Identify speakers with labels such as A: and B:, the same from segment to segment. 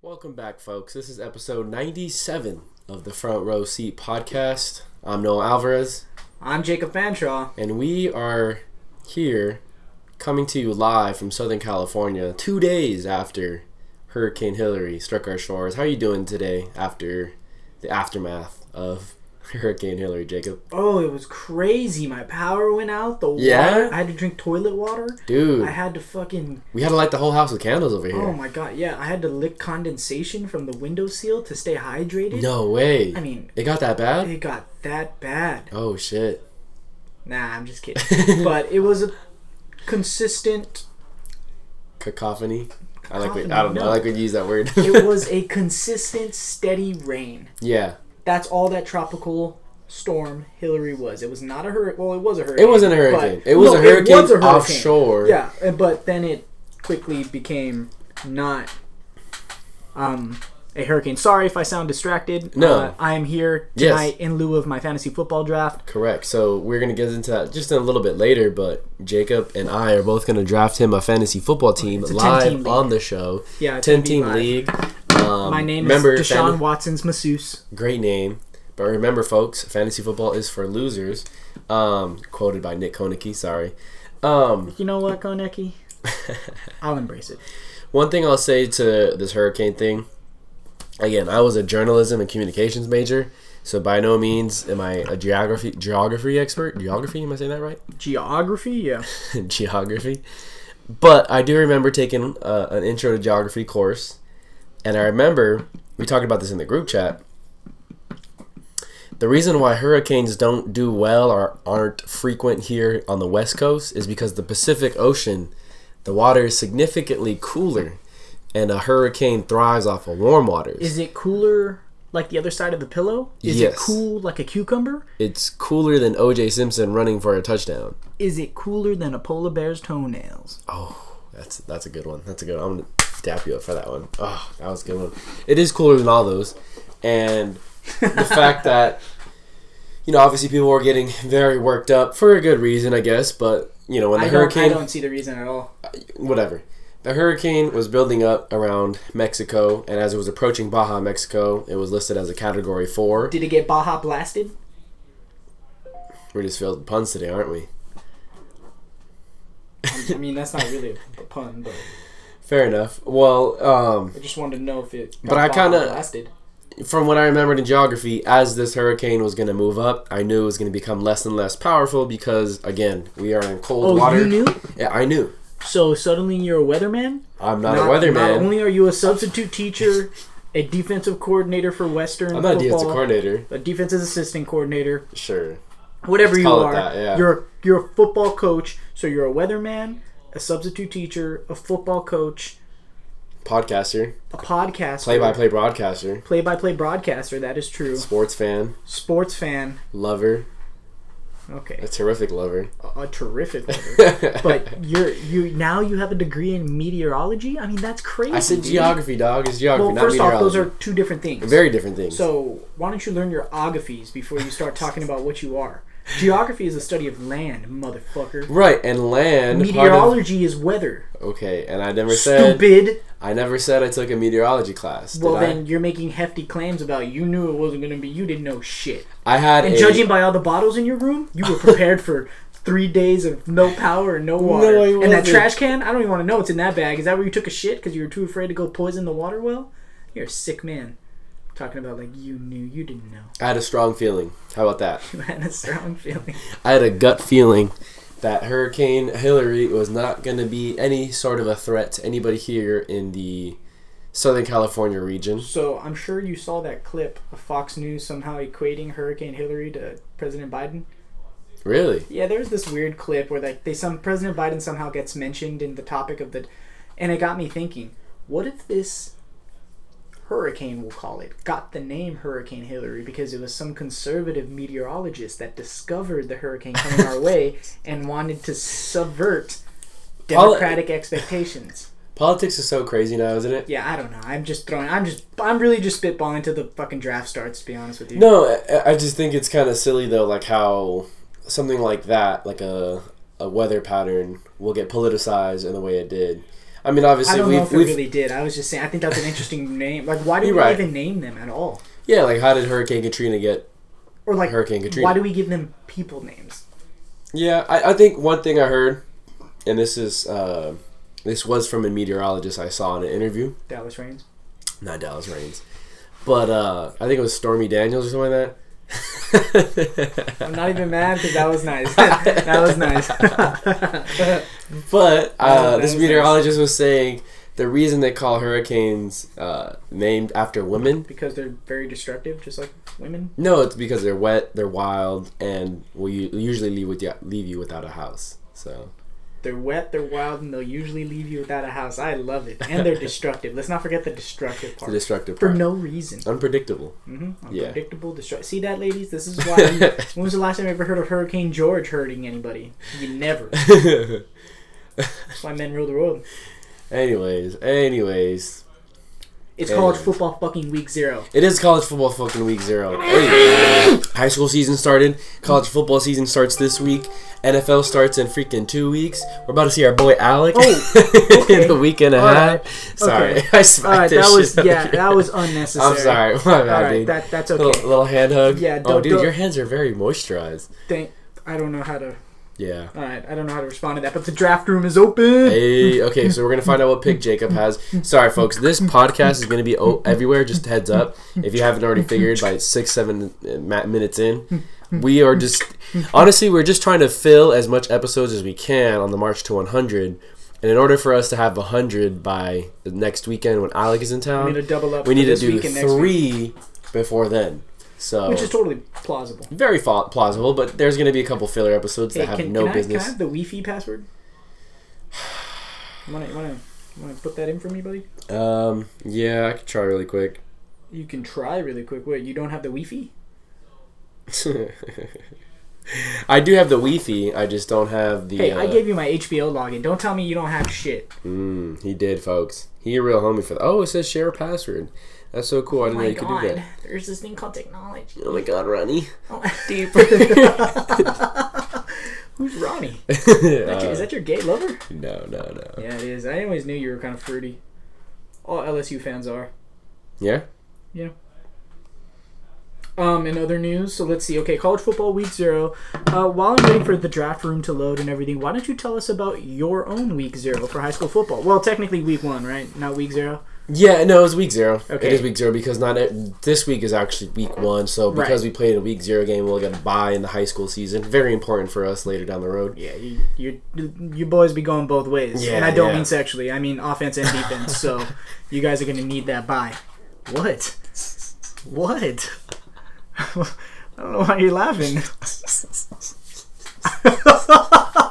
A: Welcome back, folks. This is episode 97 of the Front Row Seat Podcast. I'm Noel Alvarez,
B: I'm Jacob Fanshaw.
A: and we are here coming to you live from Southern California two days after Hurricane Hillary struck our shores. How are you doing today after the aftermath of Hurricane Hillary, Jacob?
B: Oh, it was crazy. My power went out. The
A: Yeah?
B: water. I had to drink toilet water. I
A: Dude,
B: had to fucking.
A: we had to light the whole house with candles over
B: Oh
A: here.
B: my god. Yeah, I had to lick condensation from the window seal to stay hydrated.
A: No way.
B: I mean,
A: It got that bad?
B: it got that bad.
A: Oh, shit.
B: Nah, I'm just kidding. but it was a consistent.
A: Cacophony. I like when,
B: Cacophony,
A: I don't know. I
B: no.
A: like when you use that word.
B: It was a consistent, steady rain.
A: yeah.
B: That's all that tropical storm Hillary was. It was not a hurricane. Well, it was a hurricane.
A: It wasn't a hurricane.
B: but-
A: It was,
B: No,
A: a hurricane
B: was a hurricane.
A: offshore.
B: Yeah, uh, but then it quickly became not um, a hurricane. Sorry if I sound distracted.
A: No.
B: Uh, I am here
A: Yes.
B: tonight in lieu of my fantasy football draft.
A: Correct. So we're gonna get into that just in a little bit later, but Jacob and I are both gonna draft him a fantasy football team
B: It's a 10
A: live
B: team league.
A: on the show.
B: Yeah, it's
A: ten
B: gonna be
A: team
B: live.
A: league. Um,
B: My name
A: remember,
B: is Deshaun
A: fan-
B: Watson's masseuse.
A: great name, but remember, folks, fantasy football is for losers. Um, quoted by Nick Konicki. Sorry. Um,
B: You know what, Konecki? I'll embrace it.
A: one thing I'll say to this hurricane thing. Again, I was a journalism and communications major, so by no means am I a geography geography expert. Geography? Am I saying that right?
B: Geography, yeah.
A: geography. But I do remember taking uh, an intro to geography course, and I remember we talked about this in the group chat. The reason why hurricanes don't do well or aren't frequent here on the West Coast is because the Pacific Ocean, the water is significantly cooler, and a hurricane thrives off of warm waters.
B: Is it cooler like the other side of the pillow? Is it
A: Yes.
B: cool like a cucumber?
A: it's cooler than O.J. Simpson running for a touchdown.
B: Is it cooler than a polar bear's toenails?
A: Oh, that's that's a good one. That's a good one. I'm gonna dap you up for that one. Oh, that was a good one. It is cooler than all those, and the fact that you know, obviously, people were getting very worked up for a good reason, I guess. But you know, when the
B: I don't, I
A: hurricane,
B: don't see the reason at all.
A: whatever, the hurricane was building up around Mexico, and as it was approaching Baja, Mexico, it was listed as a Category Four.
B: Did it get Baja blasted?
A: We just failed puns today, aren't we?
B: I mean, that's not really a pun, but
A: Fair enough. Well, um,
B: I just wanted to know if it.
A: But I
B: Baja
A: kinda-
B: blasted.
A: from what I remembered in geography, as this hurricane was going to move up, I knew it was going to become less and less powerful because, again, we are in cold
B: Oh,
A: water.
B: you knew?
A: Yeah, I knew.
B: So suddenly you're a weatherman.
A: I'm not, a weatherman.
B: Not only are you a substitute teacher, a defensive coordinator for Western.
A: I'm not a
B: football,
A: defensive coordinator.
B: A defensive assistant coordinator,
A: Sure.
B: whatever you
A: call it
B: are,
A: that, yeah.
B: you're you're a football coach. So you're a weatherman, a substitute teacher, a football coach,
A: Podcaster,
B: a podcaster,
A: play by play broadcaster,
B: play-by-play broadcaster. That is true.
A: sports fan,
B: Sports fan.
A: lover,
B: Okay,
A: a terrific lover.
B: a, a terrific lover. but you're you now you have a degree in meteorology. I mean, that's crazy.
A: I said
B: dude.
A: geography, dog. It's geography,
B: Well,
A: not
B: first off,
A: meteorology.
B: those are two different things.
A: very different things.
B: so why don't you learn your geographies before you start talking about what you are? Geography is the study of land, motherfucker.
A: right, and land. part of-
B: Meteorology is weather.
A: okay, and I never said.
B: Stupid.
A: I never said I took a meteorology class. Did
B: Well,
A: I?
B: then you're making hefty claims about you knew it wasn't going to be. You didn't know shit.
A: I had
B: And
A: a.
B: judging by all the bottles in your room, you were prepared for three days of no power and no water.
A: I
B: and that
A: wasn't.
B: trash can, I don't even want to know what's in that bag. Is that where you took a shit because you were too afraid to go poison the water well? You're a sick man. Talking about like you knew, you didn't know.
A: I had a strong feeling. How about that?
B: You had a strong feeling.
A: I had a gut feeling that Hurricane Hillary was not going to be any sort of a threat to anybody here in the Southern California region.
B: So I'm sure you saw that clip of Fox News somehow equating Hurricane Hillary to President Biden.
A: Really?
B: Yeah, there's this weird clip where like they some President Biden somehow gets mentioned in the topic of the, and it got me thinking, what if this hurricane we'll call it got the name Hurricane Hillary because it was some conservative meteorologist that discovered the hurricane coming our way and wanted to subvert
A: All-
B: democratic expectations.
A: Politics is so crazy now, isn't it?
B: Yeah, I don't know. I'm just throwing. I'm just. I'm really just spitballing till the fucking draft starts. To be honest with you.
A: No, I- I just think it's kind of silly though, like how something like that, like a a weather pattern, will get politicized in the way it did. I mean, obviously
B: I don't know
A: we've,
B: if it
A: we've
B: really did. I was just saying. I think that's an interesting name. Like, why did
A: You're
B: we
A: right.
B: even name them at all?
A: yeah, like how did Hurricane Katrina get?
B: Or like,
A: Hurricane Katrina.
B: why do we give them people names?
A: Yeah, I, I think one thing I heard, and this is uh, this was from a meteorologist I saw in an interview,
B: Dallas Rains.
A: not Dallas Rains, but uh, I think it was Stormy Daniels or something like that.
B: I'm not even mad because that was nice. that was nice.
A: But uh,
B: that
A: this
B: was
A: meteorologist was saying the reason they call hurricanes uh, named after women.
B: because they're very destructive, just like women.
A: No, it's because they're wet, they're wild, and will u- usually leave with you, leave you without a house. So
B: They're wet, they're wild, and they'll usually leave you without a house. I love it. And they're destructive. Let's not forget the destructive
A: it's a
B: part.
A: destructive
B: For
A: part.
B: no reason.
A: Unpredictable.
B: hmm
A: Yeah.
B: Unpredictable, destructive. See that, ladies? This is why. you- when was the last time you ever heard of Hurricane George hurting anybody? You never. That's why men rule the world.
A: anyways, anyways,
B: It's
A: Yeah.
B: college football fucking week zero.
A: it is college football fucking week zero. Hey, high school season started. College football season starts this week. NFL starts in freaking two weeks. We're about to see our boy Alec
B: Oh, okay.
A: in the week and a
B: All
A: half. Sorry,
B: Okay.
A: I
B: All
A: smacked
B: right,
A: this
B: that was
A: shit
B: yeah,
A: up here.
B: that was unnecessary.
A: I'm sorry. My bad,
B: All right,
A: dude.
B: that that's
A: little,
B: okay.
A: little hand hug.
B: Yeah,
A: Oh,
B: don't-
A: dude,
B: don't-
A: your hands are very moisturized.
B: Thank. I don't know how to.
A: Yeah.
B: All right, I don't know how to respond to that. But the draft room is open.
A: Hey, okay, so we're gonna find out what pick Jacob has. Sorry, folks, this podcast is gonna be o- everywhere. Just heads up, if you haven't already figured, by six, seven uh, ma- minutes in, we are just honestly we're just trying to fill as much episodes as we can on the March to 100. And in order for us to have 100 by the next weekend when Alec is in town,
B: We need to double up
A: we
B: for
A: need to
B: this
A: do
B: week and next week.
A: three before then. So
B: which is totally plausible.
A: very fa- plausible, but there's going to be a couple filler episodes that have
B: can,
A: no
B: can I,
A: business.
B: Can I have the Wi-Fi password? You wanna, you wanna, you wanna put that in for me, buddy?
A: Um, yeah, I could try really quick.
B: You can try really quick. Wait, you don't have the Wi-Fi?
A: I do have the Wi-Fi. I just don't have the.
B: Hey,
A: uh,
B: I gave you my HBO login. Don't tell me you don't have shit.
A: mm, he did, folks. He a real homie for that. Oh, it says share password. That's so cool. I
B: Oh
A: didn't know Oh, you could do that.
B: there's this thing called technology. Oh,
A: Oh my god, Ronnie.
B: Deep. Who's Ronnie? Is that, your, is
A: Uh,
B: that your gay lover?
A: no, no, no.
B: Yeah, it is. I always knew you were kind of fruity. All LSU fans are.
A: Yeah.
B: Um, in other news, so let's see. Okay, college football week zero. Uh, while I'm waiting for the draft room to load and everything, why don't you tell us about your own week zero for high school football? Well, technically week one, right? Not week zero.
A: Yeah, no, it's week zero.
B: Okay.
A: It is week zero because not e, this week is actually week one. So because
B: Right.
A: we played a week zero game, we'll get a bye in the high school season. Very important for us later down the road.
B: Yeah, you you you boys be going both ways,
A: Yeah,
B: and I don't
A: yeah.
B: mean sexually. I mean offense and defense. so you guys are gonna need that bye. What? What? I don't know why you're laughing.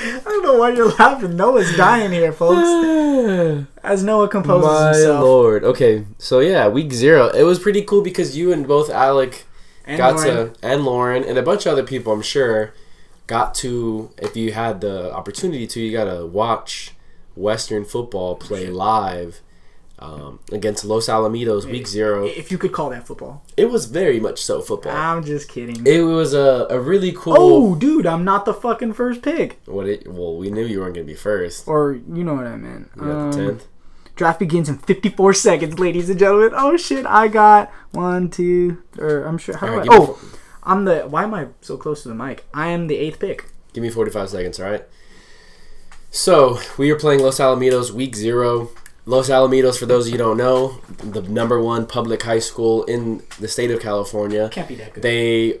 B: I don't know why you're laughing. Noah's dying here, folks. As Noah composes
A: My
B: himself.
A: lord. Okay, so yeah, week zero. It was pretty cool because you and both Alec
B: And
A: got
B: Lauren,
A: to, and Lauren, and a bunch of other people, I'm sure, got to, if you had the opportunity to, you got to watch Western football play live um, against Los Alamitos week zero.
B: if you could call that football.
A: It was very much so football.
B: I'm just kidding.
A: It was a, a really cool.
B: Ah. oh, dude, I'm not the fucking first pick.
A: What it? Well, we knew you weren't gonna be first.
B: Or you know what I meant.
A: You got the
B: Um,
A: tenth.
B: Draft begins in 54 seconds, ladies and gentlemen. Oh shit, I got one, two, or I'm sure. How do
A: All right,
B: I?
A: give me
B: Oh, I'm the. Why am I so close to the mic? I am the eighth pick.
A: Give me 45 seconds, all right? So, we are playing Los Alamitos week zero. Los Alamitos, for those of you who don't know, the number one public high school in the state of California.
B: Can't be that good.
A: They,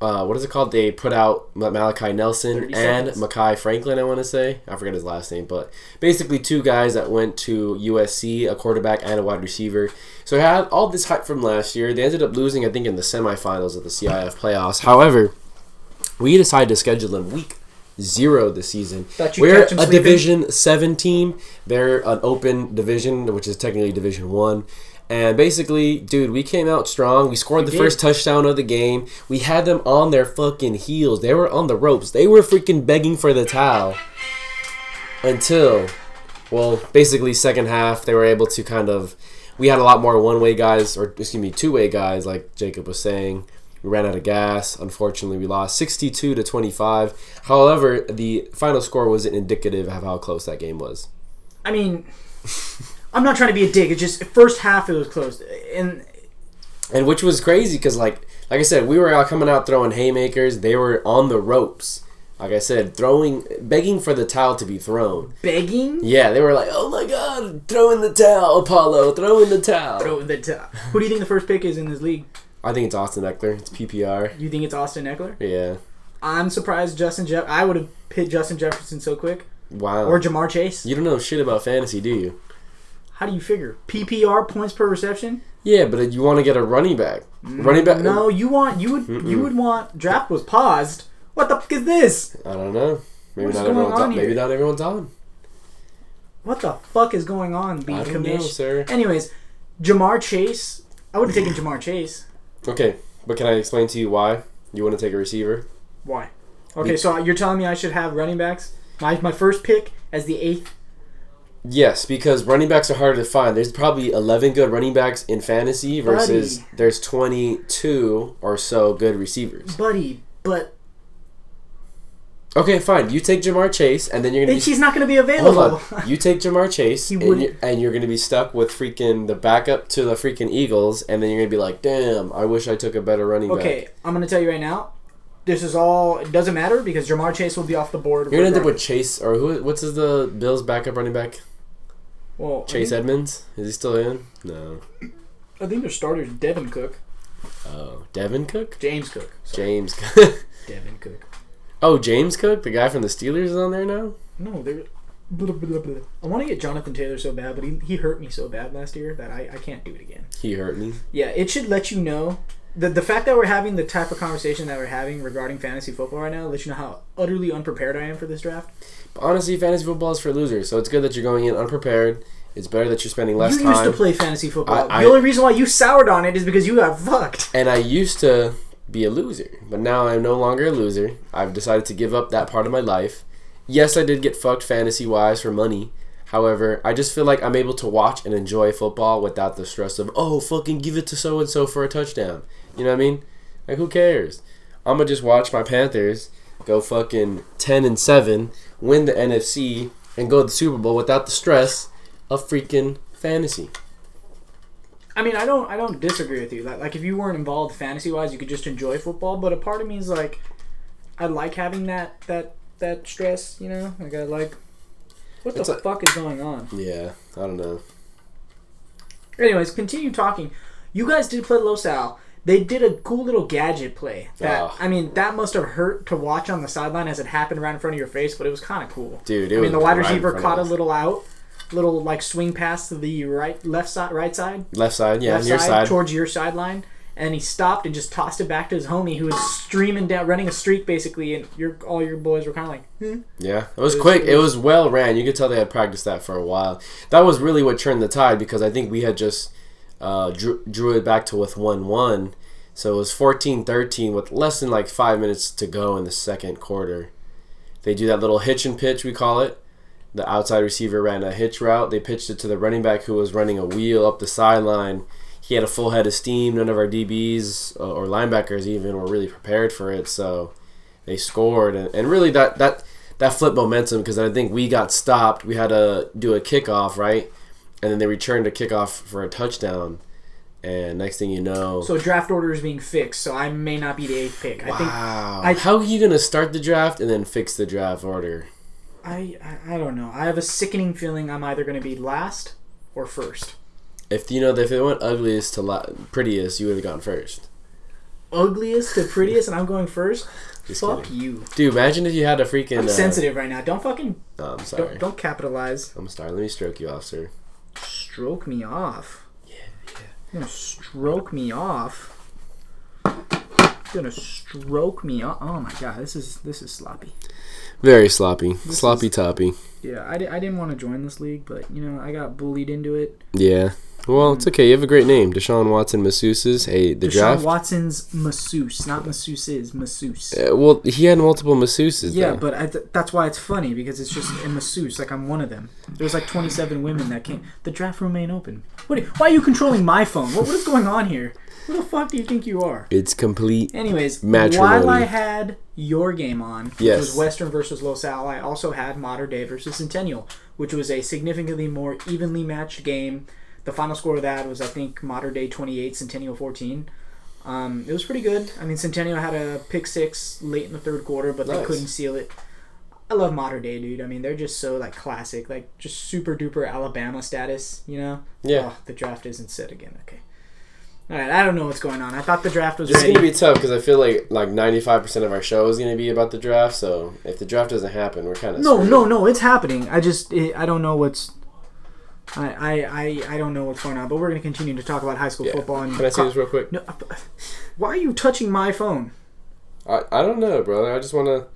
A: uh, what is it called? They put out Ma- Malachi
B: 30
A: Nelson and
B: seconds.
A: Makai Franklin, I want to say. I forgot his last name, but basically two guys that went to USC, a quarterback and a wide receiver. So, I had all this hype from last year. They ended up losing, I think, in the semifinals of the CIF playoffs. However, we decided to schedule them week zero this season.
B: Thought you'd
A: We're
B: catch 'em
A: a
B: sleeping.
A: Division Seven team. They're an open division, which is technically Division One. And basically, dude, we came out strong. We scored the
B: did.
A: first touchdown of the game. We had them on their fucking heels. They were on the ropes. They were freaking begging for the towel until well, basically second half they were able to kind of we had a lot more one way guys or excuse me two way guys like Jacob was saying. We ran out of gas. Unfortunately, we lost 62 to 25. However, the final score wasn't indicative of how close that game was.
B: I mean, I'm not trying to be a dick. It just first half it was closed, and
A: and which was crazy because like like I said, we were out coming out throwing haymakers. They were on the ropes. Like I said, throwing, begging for the towel to be thrown.
B: begging.
A: Yeah, they were like, "Oh my God, throw in the towel, Apollo, throw in the towel."
B: Throw the t- Who do you think the first pick is in this league?
A: I think it's Austin Eckler. It's PPR.
B: You think it's Austin Eckler?
A: Yeah.
B: I'm surprised Justin Jeff. I would have picked Justin Jefferson so quick
A: Wow.
B: or Jamar Chase.
A: you don't know shit about fantasy, do you?
B: How do you figure PPR points per reception?
A: Yeah, but you want to get a running back. Running back?
B: No, you want you would you would want draft was paused. What the fuck is this?
A: I don't know. Maybe
B: What's
A: not
B: going
A: everyone's
B: on
A: on.
B: here?
A: Maybe not everyone's on.
B: What the fuck is going on? B
A: I don't know,
B: commish.
A: sir.
B: Anyways, Jamar Chase. I would have taken Jamar Chase.
A: Okay, but can I explain to you why you want to take a receiver?
B: Why? Okay, so you're telling me I should have running backs. My my first pick as the eighth.
A: Yes, because running backs are harder to find. There's probably 11 good running backs in fantasy versus
B: Buddy.
A: there's 22 or so good receivers.
B: buddy, but
A: Okay, fine. You take Jamar Chase, and then you're
B: then
A: going to be.
B: he's not going to be
A: Hold
B: available.
A: on. You take Jamar Chase, and
B: wouldn't-
A: you're, and you're going to be stuck with freaking the backup to the freaking Eagles, and then you're going to be like, damn, I wish I took a better running back.
B: okay, I'm going to tell you right now. This is all. It doesn't matter because Jamar Chase will be off the board.
A: You're going to end up with
B: regardless.
A: Chase, or who? what's his, the Bills' backup running back?
B: well,
A: Chase
B: I think,
A: Edmonds? Is he still in? No.
B: I think their starters Devin Cook,
A: Oh, Devin Cook?
B: James Cook, sorry,
A: James Cook.
B: Devin Cook.
A: oh, James Cook? The guy from the Steelers is on there now?
B: No, they're. Blah, blah, blah. I want to get Jonathan Taylor so bad, but he, he hurt me so bad last year that I, I can't do it again.
A: He hurt me.
B: Yeah, it should let you know the the fact that we're having the type of conversation that we're having regarding fantasy football right now lets you know how utterly unprepared I am for this draft.
A: But honestly, fantasy football is for losers, so it's good that you're going in unprepared. It's better that you're spending less
B: you
A: time.
B: used to play fantasy football.
A: I- I-
B: the only reason why you soured on it is because you got fucked.
A: and I used to be a loser, but now I'm no longer a loser. I've decided to give up that part of my life. Yes, I did get fucked fantasy wise for money. However, I just feel like I'm able to watch and enjoy football without the stress of, oh, fucking give it to so and so for a touchdown. You know what I mean? Like, who cares? I'm gonna just watch my Panthers go fucking 10 and 7, win the NFC, and go to the Super Bowl without the stress of freaking fantasy.
B: I mean, I don't I don't disagree with you. Like, like if you weren't involved fantasy wise, you could just enjoy football. But a part of me is like, I like having that that that stress. You know, like I like. What the
A: It's like-
B: fuck is going on?
A: Yeah, I don't know.
B: Anyways, continue talking. You guys did play Los Al. They did a cool little gadget play. That
A: Oh.
B: I mean, that must have hurt to watch on the sideline as it happened right in front of your face, but it was kind of cool.
A: Dude, it
B: I mean,
A: was
B: the
A: right
B: wide
A: in
B: receiver
A: front of
B: caught a
A: us.
B: little out, little like swing pass to the right, left side, right side,
A: Left side, yeah,
B: left
A: your
B: side,
A: side.
B: towards your sideline, and he stopped and just tossed it back to his homie who was streaming down, running a streak basically, and your all your boys were kind of like, hmm.
A: Yeah, it was quick. It was well ran. You could tell they had practiced that for a while. That was really what turned the tide because I think we had just uh, drew, drew it back to with 1 1. So it was 14 13 with less than like five minutes to go in the second quarter. They do that little hitch and pitch, we call it. The outside receiver ran a hitch route. They pitched it to the running back who was running a wheel up the sideline. He had a full head of steam. None of our DBs or or linebackers even were really prepared for it. So they scored and, and really that that that flipped momentum because I think we got stopped. We had to do a kickoff right, and then they returned a kickoff for a touchdown. And next thing you know,
B: So draft order is being fixed, so I may not be the eighth pick. I think
A: wow!
B: I-
A: how are you gonna start the draft and then fix the draft order?
B: I, I I don't know. I have a sickening feeling I'm either going to be last or first.
A: If you know if it went ugliest to la- prettiest, you would have gone first.
B: Ugliest to prettiest, and I'm going first.
A: Just
B: Fuck
A: kidding.
B: you.
A: Dude, imagine if you had a freaking.
B: I'm
A: uh,
B: sensitive right now. Don't fucking
A: No, I'm sorry.
B: don't, don't capitalize.
A: I'm sorry. Let me stroke you off, sir.
B: Stroke me off. Yeah, yeah. Gonna stroke me off. Gonna stroke me off. Oh my god, this is this is sloppy.
A: Very sloppy, sloppy toppy.
B: Yeah, I, di- I didn't want to join this league, but you know I got bullied into it.
A: Yeah. Well, it's okay. You have a great name, Deshaun Watson masseuses. Hey, the
B: Deshaun
A: draft.
B: Watson's masseuse, not masseuses, masseuse.
A: Uh, well, he had multiple masseuses.
B: Yeah,
A: though.
B: but I th- that's why it's funny because it's just a masseuse. Like I'm one of them. There's like 27 women that came. The draft room ain't open. What? Why are you controlling my phone? What, what is going on here? Who the fuck do you think you are?
A: It's complete.
B: Anyways,
A: Matrimony.
B: while I had your game on, which
A: Yes.
B: was Western versus Los Al, I also had Modern Day versus Centennial, which was a significantly more evenly matched game. The final score of that was, I think, Modern Day 28, Centennial 14. Um, it was pretty good. I mean, Centennial had a pick six late in the third quarter, but they
A: Nice.
B: couldn't seal it. I love Modern Day, dude. I mean, they're just so like classic, like just super duper Alabama status, you know?
A: Yeah.
B: Oh, the draft isn't set again. Okay. All right. I don't know what's going on. I thought the draft was
A: This is
B: ready.
A: gonna be tough because I feel like like ninety five percent of our show is gonna be about the draft. So if the draft doesn't happen, we're kind of
B: No, no, no. It's happening. I just it, I don't know what's. I, I, I, I don't know what's going on, but we're going to continue to talk about high school football. And
A: Can I say this real quick?
B: No, why are you touching my phone?
A: I, I don't know, brother. I just wanna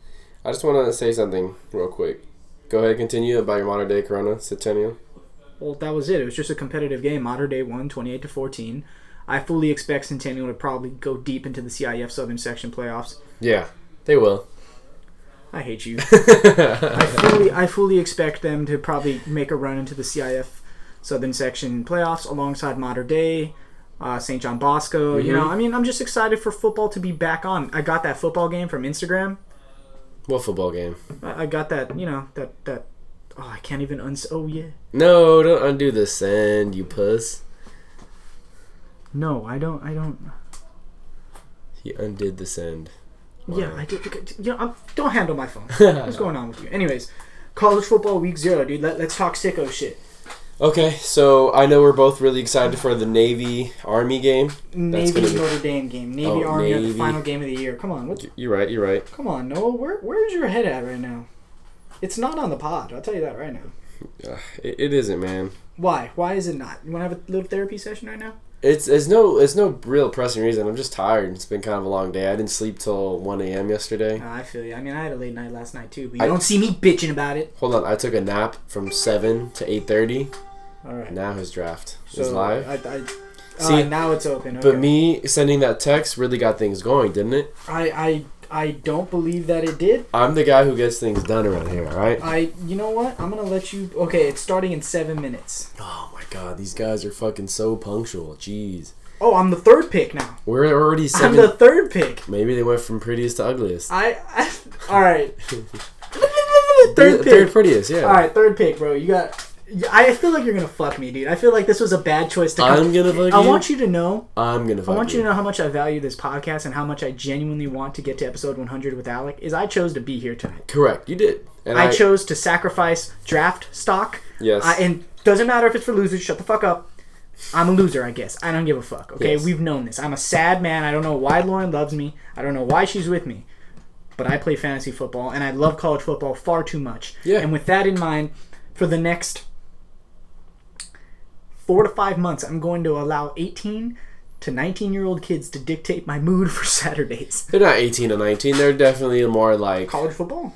A: I just wanna say something real quick. Go ahead, continue about your modern day Corona Centennial.
B: Well, that was it. It was just a competitive game. Modern Day won 28 to 14. I fully expect Centennial to probably go deep into the CIF Southern Section playoffs.
A: Yeah, they will.
B: I hate you. I fully, I fully expect them to probably make a run into the CIF Southern Section playoffs alongside Modern Day, uh, St. John Bosco. You know, I mean, I'm just excited for football to be back on. I got that football game from Instagram.
A: What football game?
B: I, I got that, you know, that that. Oh, I can't even uns. Oh yeah.
A: No, don't undo the send, you puss.
B: No, I don't. I don't.
A: He undid the send.
B: Yeah, I did. You know, I'm, don't handle my phone. What's going on with you? Anyways, college football week zero, dude. Let, let's talk sicko shit.
A: Okay, so I know we're both really excited for the Navy Army game. That's
B: Navy
A: gonna be-
B: Notre Dame game. Navy
A: Oh,
B: Army at the
A: Navy.
B: final game of the year. Come on, what,
A: You're right. You're right.
B: come on, Noah. Where where's your head at right now? It's not on the pod. I'll tell you that right now.
A: Uh, it, it isn't, man.
B: Why? Why is it not? You want to have a little therapy session right now?
A: It's it's no it's no real pressing reason. I'm just tired. It's been kind of a long day. I didn't sleep till 1 a.m. yesterday.
B: No, I feel you. I mean, I had a late night last night too, but you
A: I-
B: don't see me bitching about it.
A: Hold on, I took a nap from 7 to 8:30.
B: All right.
A: Now his draft
B: So
A: is live.
B: I, I,
A: See,
B: uh, now it's open. Okay.
A: But me sending that text really got things going, didn't it?
B: I, I, I don't believe that it did.
A: I'm the guy who gets things done around here. All right.
B: I, you know what? I'm gonna let you. Okay, it's starting in seven minutes.
A: Oh my god, these guys are fucking so punctual. Jeez,
B: Oh, I'm the third pick now.
A: we're already
B: I'm
A: seven.
B: the third pick.
A: Maybe they went from prettiest to ugliest.
B: I, I all right.
A: They're
B: third
A: the Third
B: pick.
A: prettiest. Yeah.
B: All right, third pick, bro. You got. I feel like you're gonna fuck me, dude. I feel like this was a bad choice to.
A: I'm gonna fuck
B: I
A: you.
B: want you to know.
A: I'm gonna. Fuck
B: I want you to know how much I value this podcast and how much I genuinely want to get to episode 100 with Alec. Is I chose to be here tonight.
A: Correct. You did. And
B: I, chose to sacrifice draft stock.
A: Yes.
B: I, and doesn't matter if it's for losers. Shut the fuck up. I'm a loser, I guess. I don't give a fuck. Okay,
A: Yes.
B: we've known this. I'm a sad man. I don't know why Lauren loves me. I don't know why she's with me. But I play fantasy football and I love college football far too much.
A: Yeah.
B: And with that in mind, for the next four to five months, I'm going to allow 18 to 19 year old kids to dictate my mood for Saturdays.
A: They're not 18 to 19. They're definitely more like
B: College football.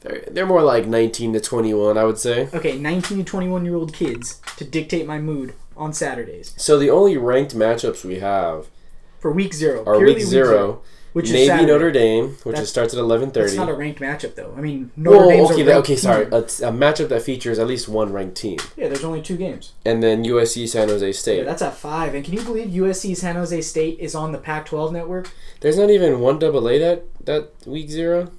A: they're, they're more like 19 to 21. I would say.
B: Okay, 19 to 21 year old kids to dictate my mood on Saturdays.
A: So the only ranked matchups we have
B: for week zero.
A: are
B: purely
A: week zero,
B: which
A: Navy
B: is Saturday.
A: Notre Dame, which
B: That's-
A: is starts at 11:30.
B: That's not a ranked matchup, though. I mean, Notre
A: Well,
B: Dame's
A: okay,
B: a
A: that,
B: ranked
A: okay, sorry.
B: team.
A: A, a matchup that features at least one ranked team,
B: Yeah, there's only two games.
A: and then USC San Jose
B: Yeah,
A: State.
B: that's at five. And can you believe USC San Jose State is on the Pac-12 network?
A: There's not even one double A that that week zero.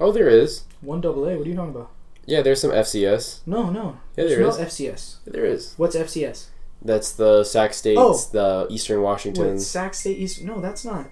A: Oh, there is.
B: One double A. What are you talking about?
A: Yeah, there's some FCS.
B: No, no.
A: Yeah, there
B: there's no
A: is.
B: FCS.
A: There is.
B: What's FCS?
A: That's the Sac States,
B: Oh.
A: the Eastern
B: Wait,
A: Washingtons.
B: Sac State East? No, that's not.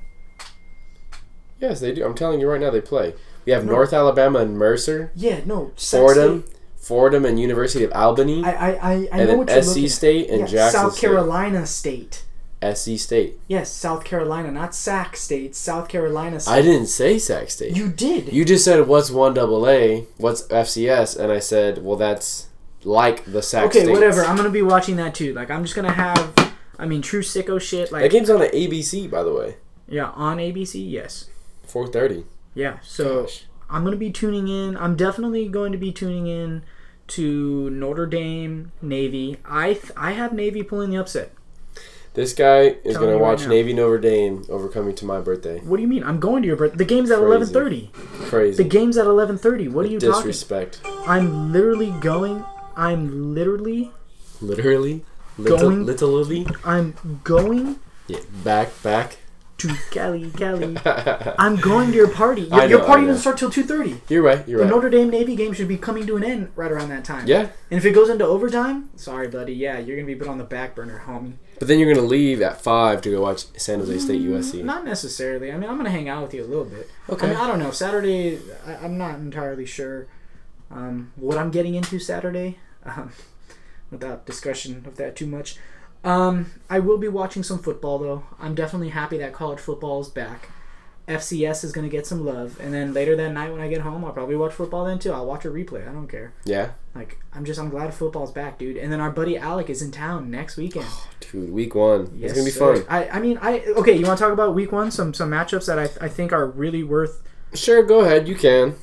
A: Yes, they do. I'm telling you right now, they play. We have
B: No.
A: North Alabama and Mercer,
B: Yeah, no. Sac
A: Fordham,
B: State.
A: Fordham and University of Albany,
B: I, I, I, I
A: and
B: know what
A: then
B: you're
A: SC
B: looking.
A: State and
B: yeah,
A: Jackson
B: South
A: State.
B: Carolina State.
A: SC State.
B: Yes, South Carolina, not Sac State. South Carolina State.
A: I didn't say Sac State.
B: you did.
A: You just said what's one double A, what's FCS, and I said, well, that's like the Sac
B: Okay,
A: States.
B: whatever. I'm gonna be watching that too. Like, I'm just gonna have. I mean, true sicko shit.
A: That
B: Like,
A: game's on the ABC, by the way,
B: yeah, on ABC. Yes.
A: 4:30.
B: Yeah. So
A: Gosh.
B: I'm gonna be tuning in. I'm definitely going to be tuning in to Notre Dame Navy. I th- I have Navy pulling the upset.
A: This guy is
B: Telling
A: gonna
B: you right
A: watch
B: now.
A: Navy Notre Dame overcoming to my birthday.
B: What do you mean? I'm going to your birthday. The game's at
A: Crazy.
B: 11:30. The
A: Crazy
B: game's at 11:30. What are you
A: disrespect.
B: talking? I'm literally going. I'm literally.
A: Literally, little,
B: Going-
A: literally.
B: I'm going
A: Yeah, back, back.
B: to Cali, Cali. I'm going to your party. Your,
A: I
B: your
A: know,
B: party
A: I know.
B: doesn't start till two thirty.
A: You're right. You're
B: The
A: right.
B: Notre Dame Navy game should be coming to an end right around that time.
A: yeah,
B: And if it goes into overtime, sorry, buddy. Yeah, you're gonna be put on the back burner, homie.
A: but then you're gonna leave at five to go watch San Jose State USC.
B: Not necessarily. I mean, I'm gonna hang out with you a little bit.
A: Okay.
B: I, mean, I don't know. Saturday, I, I'm not entirely sure um, what I'm getting into Saturday. Um, without discussion of that too much, um, I will be watching some football though. I'm definitely happy that college football is back. FCS is gonna get some love, and then later that night when I get home, I'll probably watch football then too. I'll watch a replay. I don't care.
A: Yeah,
B: Like I'm just I'm glad football's back, dude. And then our buddy Alec is in town next weekend.
A: dude. Week one. it's
B: Yes,
A: gonna be
B: sir.
A: fun.
B: I, I mean, I okay. You want to talk about week one? Some some matchups that I, I think are really worth.
A: Sure, go ahead. You can.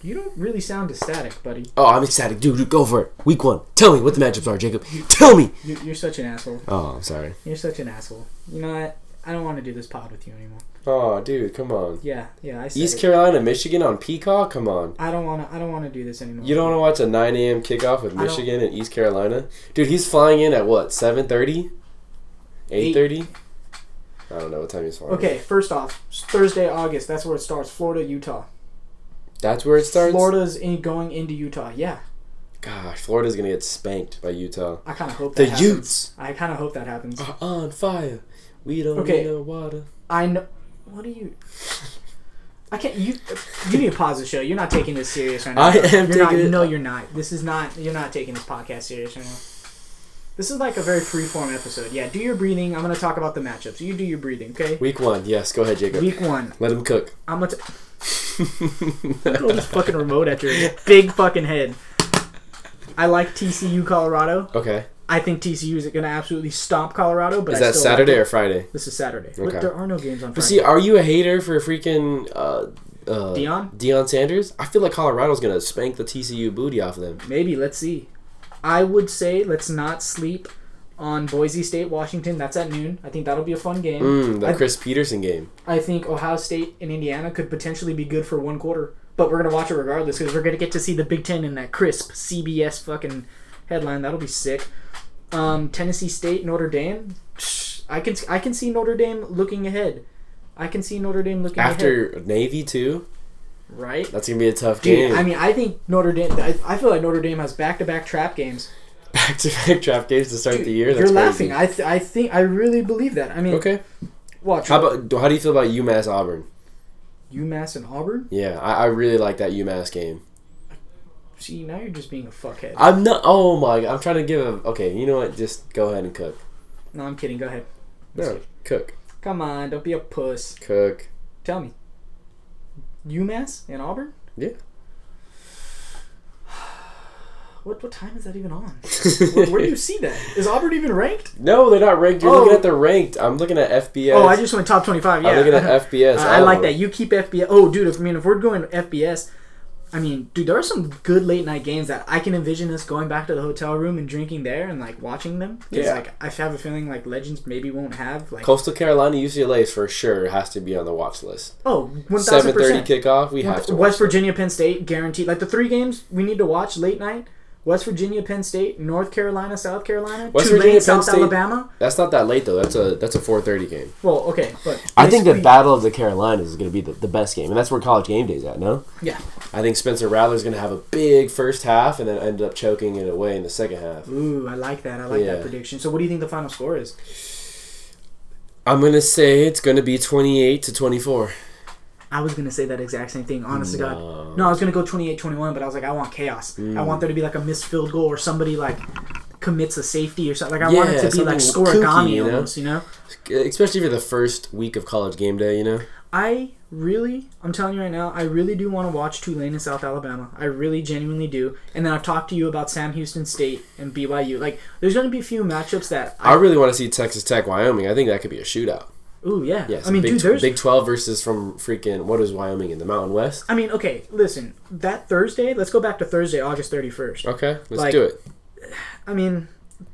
B: You don't really sound ecstatic, buddy.
A: Oh, I'm excited, dude. dude, Go for it. Week one. Tell me what the matchups are, Jacob. Tell me.
B: You, you're such an asshole.
A: Oh, I'm sorry.
B: You're such an asshole. You know what? I don't want to do this pod with you anymore.
A: Oh, dude, come on.
B: Yeah, yeah. I said
A: East
B: it.
A: Carolina, Michigan on Peacock. Come on.
B: I don't want to. I don't want to do this anymore.
A: You don't want to watch a 9 a.m. kickoff with
B: I don't-
A: Michigan and East Carolina, dude. He's flying in at what? 7:30, 8:30. I don't know what time he's flying.
B: Okay, first off, Thursday, August. That's where it starts. Florida, Utah.
A: that's where it starts.
B: Florida's in, going into Utah. Yeah,
A: Gosh, Florida's gonna get spanked by Utah.
B: I kind of hope that
A: The
B: happens.
A: Utes
B: I kind of hope that happens.
A: are on fire. We don't
B: Okay.
A: need no water.
B: I know. What are you? I can't. You you need to pause the show. You're not taking this serious right now.
A: I am
B: you're not,
A: taking it-
B: No, you're not. This is not. You're not taking this podcast serious right now. This is like a very freeform episode. Yeah, do your breathing. I'm gonna talk about the matchups. You do your breathing, okay?
A: Week one, yes. Go ahead, Jacob.
B: Week one.
A: Let him cook.
B: I'm gonna t- throw this fucking remote at your big fucking head. I like TCU Colorado.
A: okay.
B: I think TCU is gonna absolutely stomp Colorado. But
A: Is
B: I
A: that
B: still
A: Saturday
B: Like
A: or Friday?
B: it. This is Saturday. But
A: Okay.
B: there are no games on Friday.
A: But see, are you a hater for freaking uh, uh,
B: Deion?
A: Deion Sanders? I feel like Colorado's gonna spank the TCU booty off them.
B: Maybe. Let's see. I would say let's not sleep on Boise State, Washington. That's at noon. I think that'll be a fun game.
A: Mm, the
B: I-
A: Chris Peterson game.
B: I think Ohio State and Indiana could potentially be good for one quarter, but we're gonna watch it regardless because we're gonna get to see the Big Ten in that crisp CBS fucking headline. That'll be sick. Um, Tennessee State, Notre Dame. Psh, I can I can see Notre Dame looking ahead. I can see Notre Dame looking ahead.
A: After Navy too,
B: Right.
A: that's gonna be a tough
B: Dude,
A: game.
B: I mean, I think Notre Dame. I, I feel like Notre Dame has back-to-back trap games.
A: back to back draft games to start the year.
B: You're
A: That's
B: laughing.
A: crazy.
B: I, th- I think I really believe that. I mean,
A: okay.
B: watch
A: How about how do you feel about UMass Auburn?
B: UMass and Auburn.
A: Yeah, I, I really like that UMass game.
B: See, now you're just being a fuckhead.
A: I'm not. Oh my! God, I'm trying to give a. Okay, you know what? Just go ahead and cook.
B: no, I'm kidding. Go ahead.
A: No, cook,
B: Come on, don't be a puss.
A: cook.
B: Tell me, UMass and Auburn.
A: Yeah.
B: What what time is that even on? where, where do you see that? Is Auburn even ranked?
A: no, they're not ranked. You're
B: Oh.
A: looking at the ranked. I'm looking at FBS.
B: Oh, I just went top twenty-five. Yeah,
A: I'm looking at FBS.
B: I, I like
A: don't-
B: that. You keep FBS. Oh, dude, if, I mean, if we're going FBS, I mean, dude, there are some good late night games that I can envision us going back to the hotel room and drinking there and like watching them. 'Cause,
A: Yeah.
B: like I have a feeling like Legends maybe won't have like.
A: Coastal Carolina, UCLA for sure has to be on the watch list.
B: Oh, one thousand
A: Seven thirty
B: percent.
A: kickoff. We have to.
B: West
A: watch
B: Virginia, Penn State, guaranteed. Like the three games we need to watch late night: West Virginia, Penn State, North Carolina, South Carolina,
A: West
B: Tulane,
A: Virginia, Penn
B: South
A: State-
B: Alabama.
A: that. That's not that late though. That's a that's a four thirty game.
B: Well, okay, but
A: I think the
B: basically-
A: Battle of the Carolinas is going to be the, the best game, and that's where College Game Day is at. No,
B: yeah.
A: I think Spencer Rattler's going to have a big first half, and then end up choking it away in the second half.
B: Ooh, I like that. I like that
A: Yeah.
B: prediction. So, what do you think the final score is?
A: I'm going to say it's going to be 28 to 24.
B: I was gonna say that exact same thing, honest to
A: No. Mm.
B: God. No, I was gonna go 28-21, but I was like, I want chaos. I want there to be like a missed field goal or somebody like commits a safety or something. Like I want
A: Yeah,
B: it to be like
A: something kooky,
B: scoregami
A: you know?
B: almost, you know?
A: Especially for the first week of College Game Day, you know.
B: I really, I'm telling you right now, I really do want to watch Tulane in South Alabama. I really genuinely do. And then I've talked to you about Sam Houston State and BYU. Like, there's gonna be a few matchups that
A: I
B: I,
A: really want to see Texas Tech Wyoming. I think that could be a shootout.
B: ooh yeah.
A: Yes,
B: I mean,
A: Big,
B: dude, there's
A: Big 12 versus from freaking what is Wyoming in the Mountain West?
B: I mean, okay, listen. That Thursday, let's go back to Thursday, August 31st.
A: Okay, let's
B: Like-
A: do it.
B: I mean,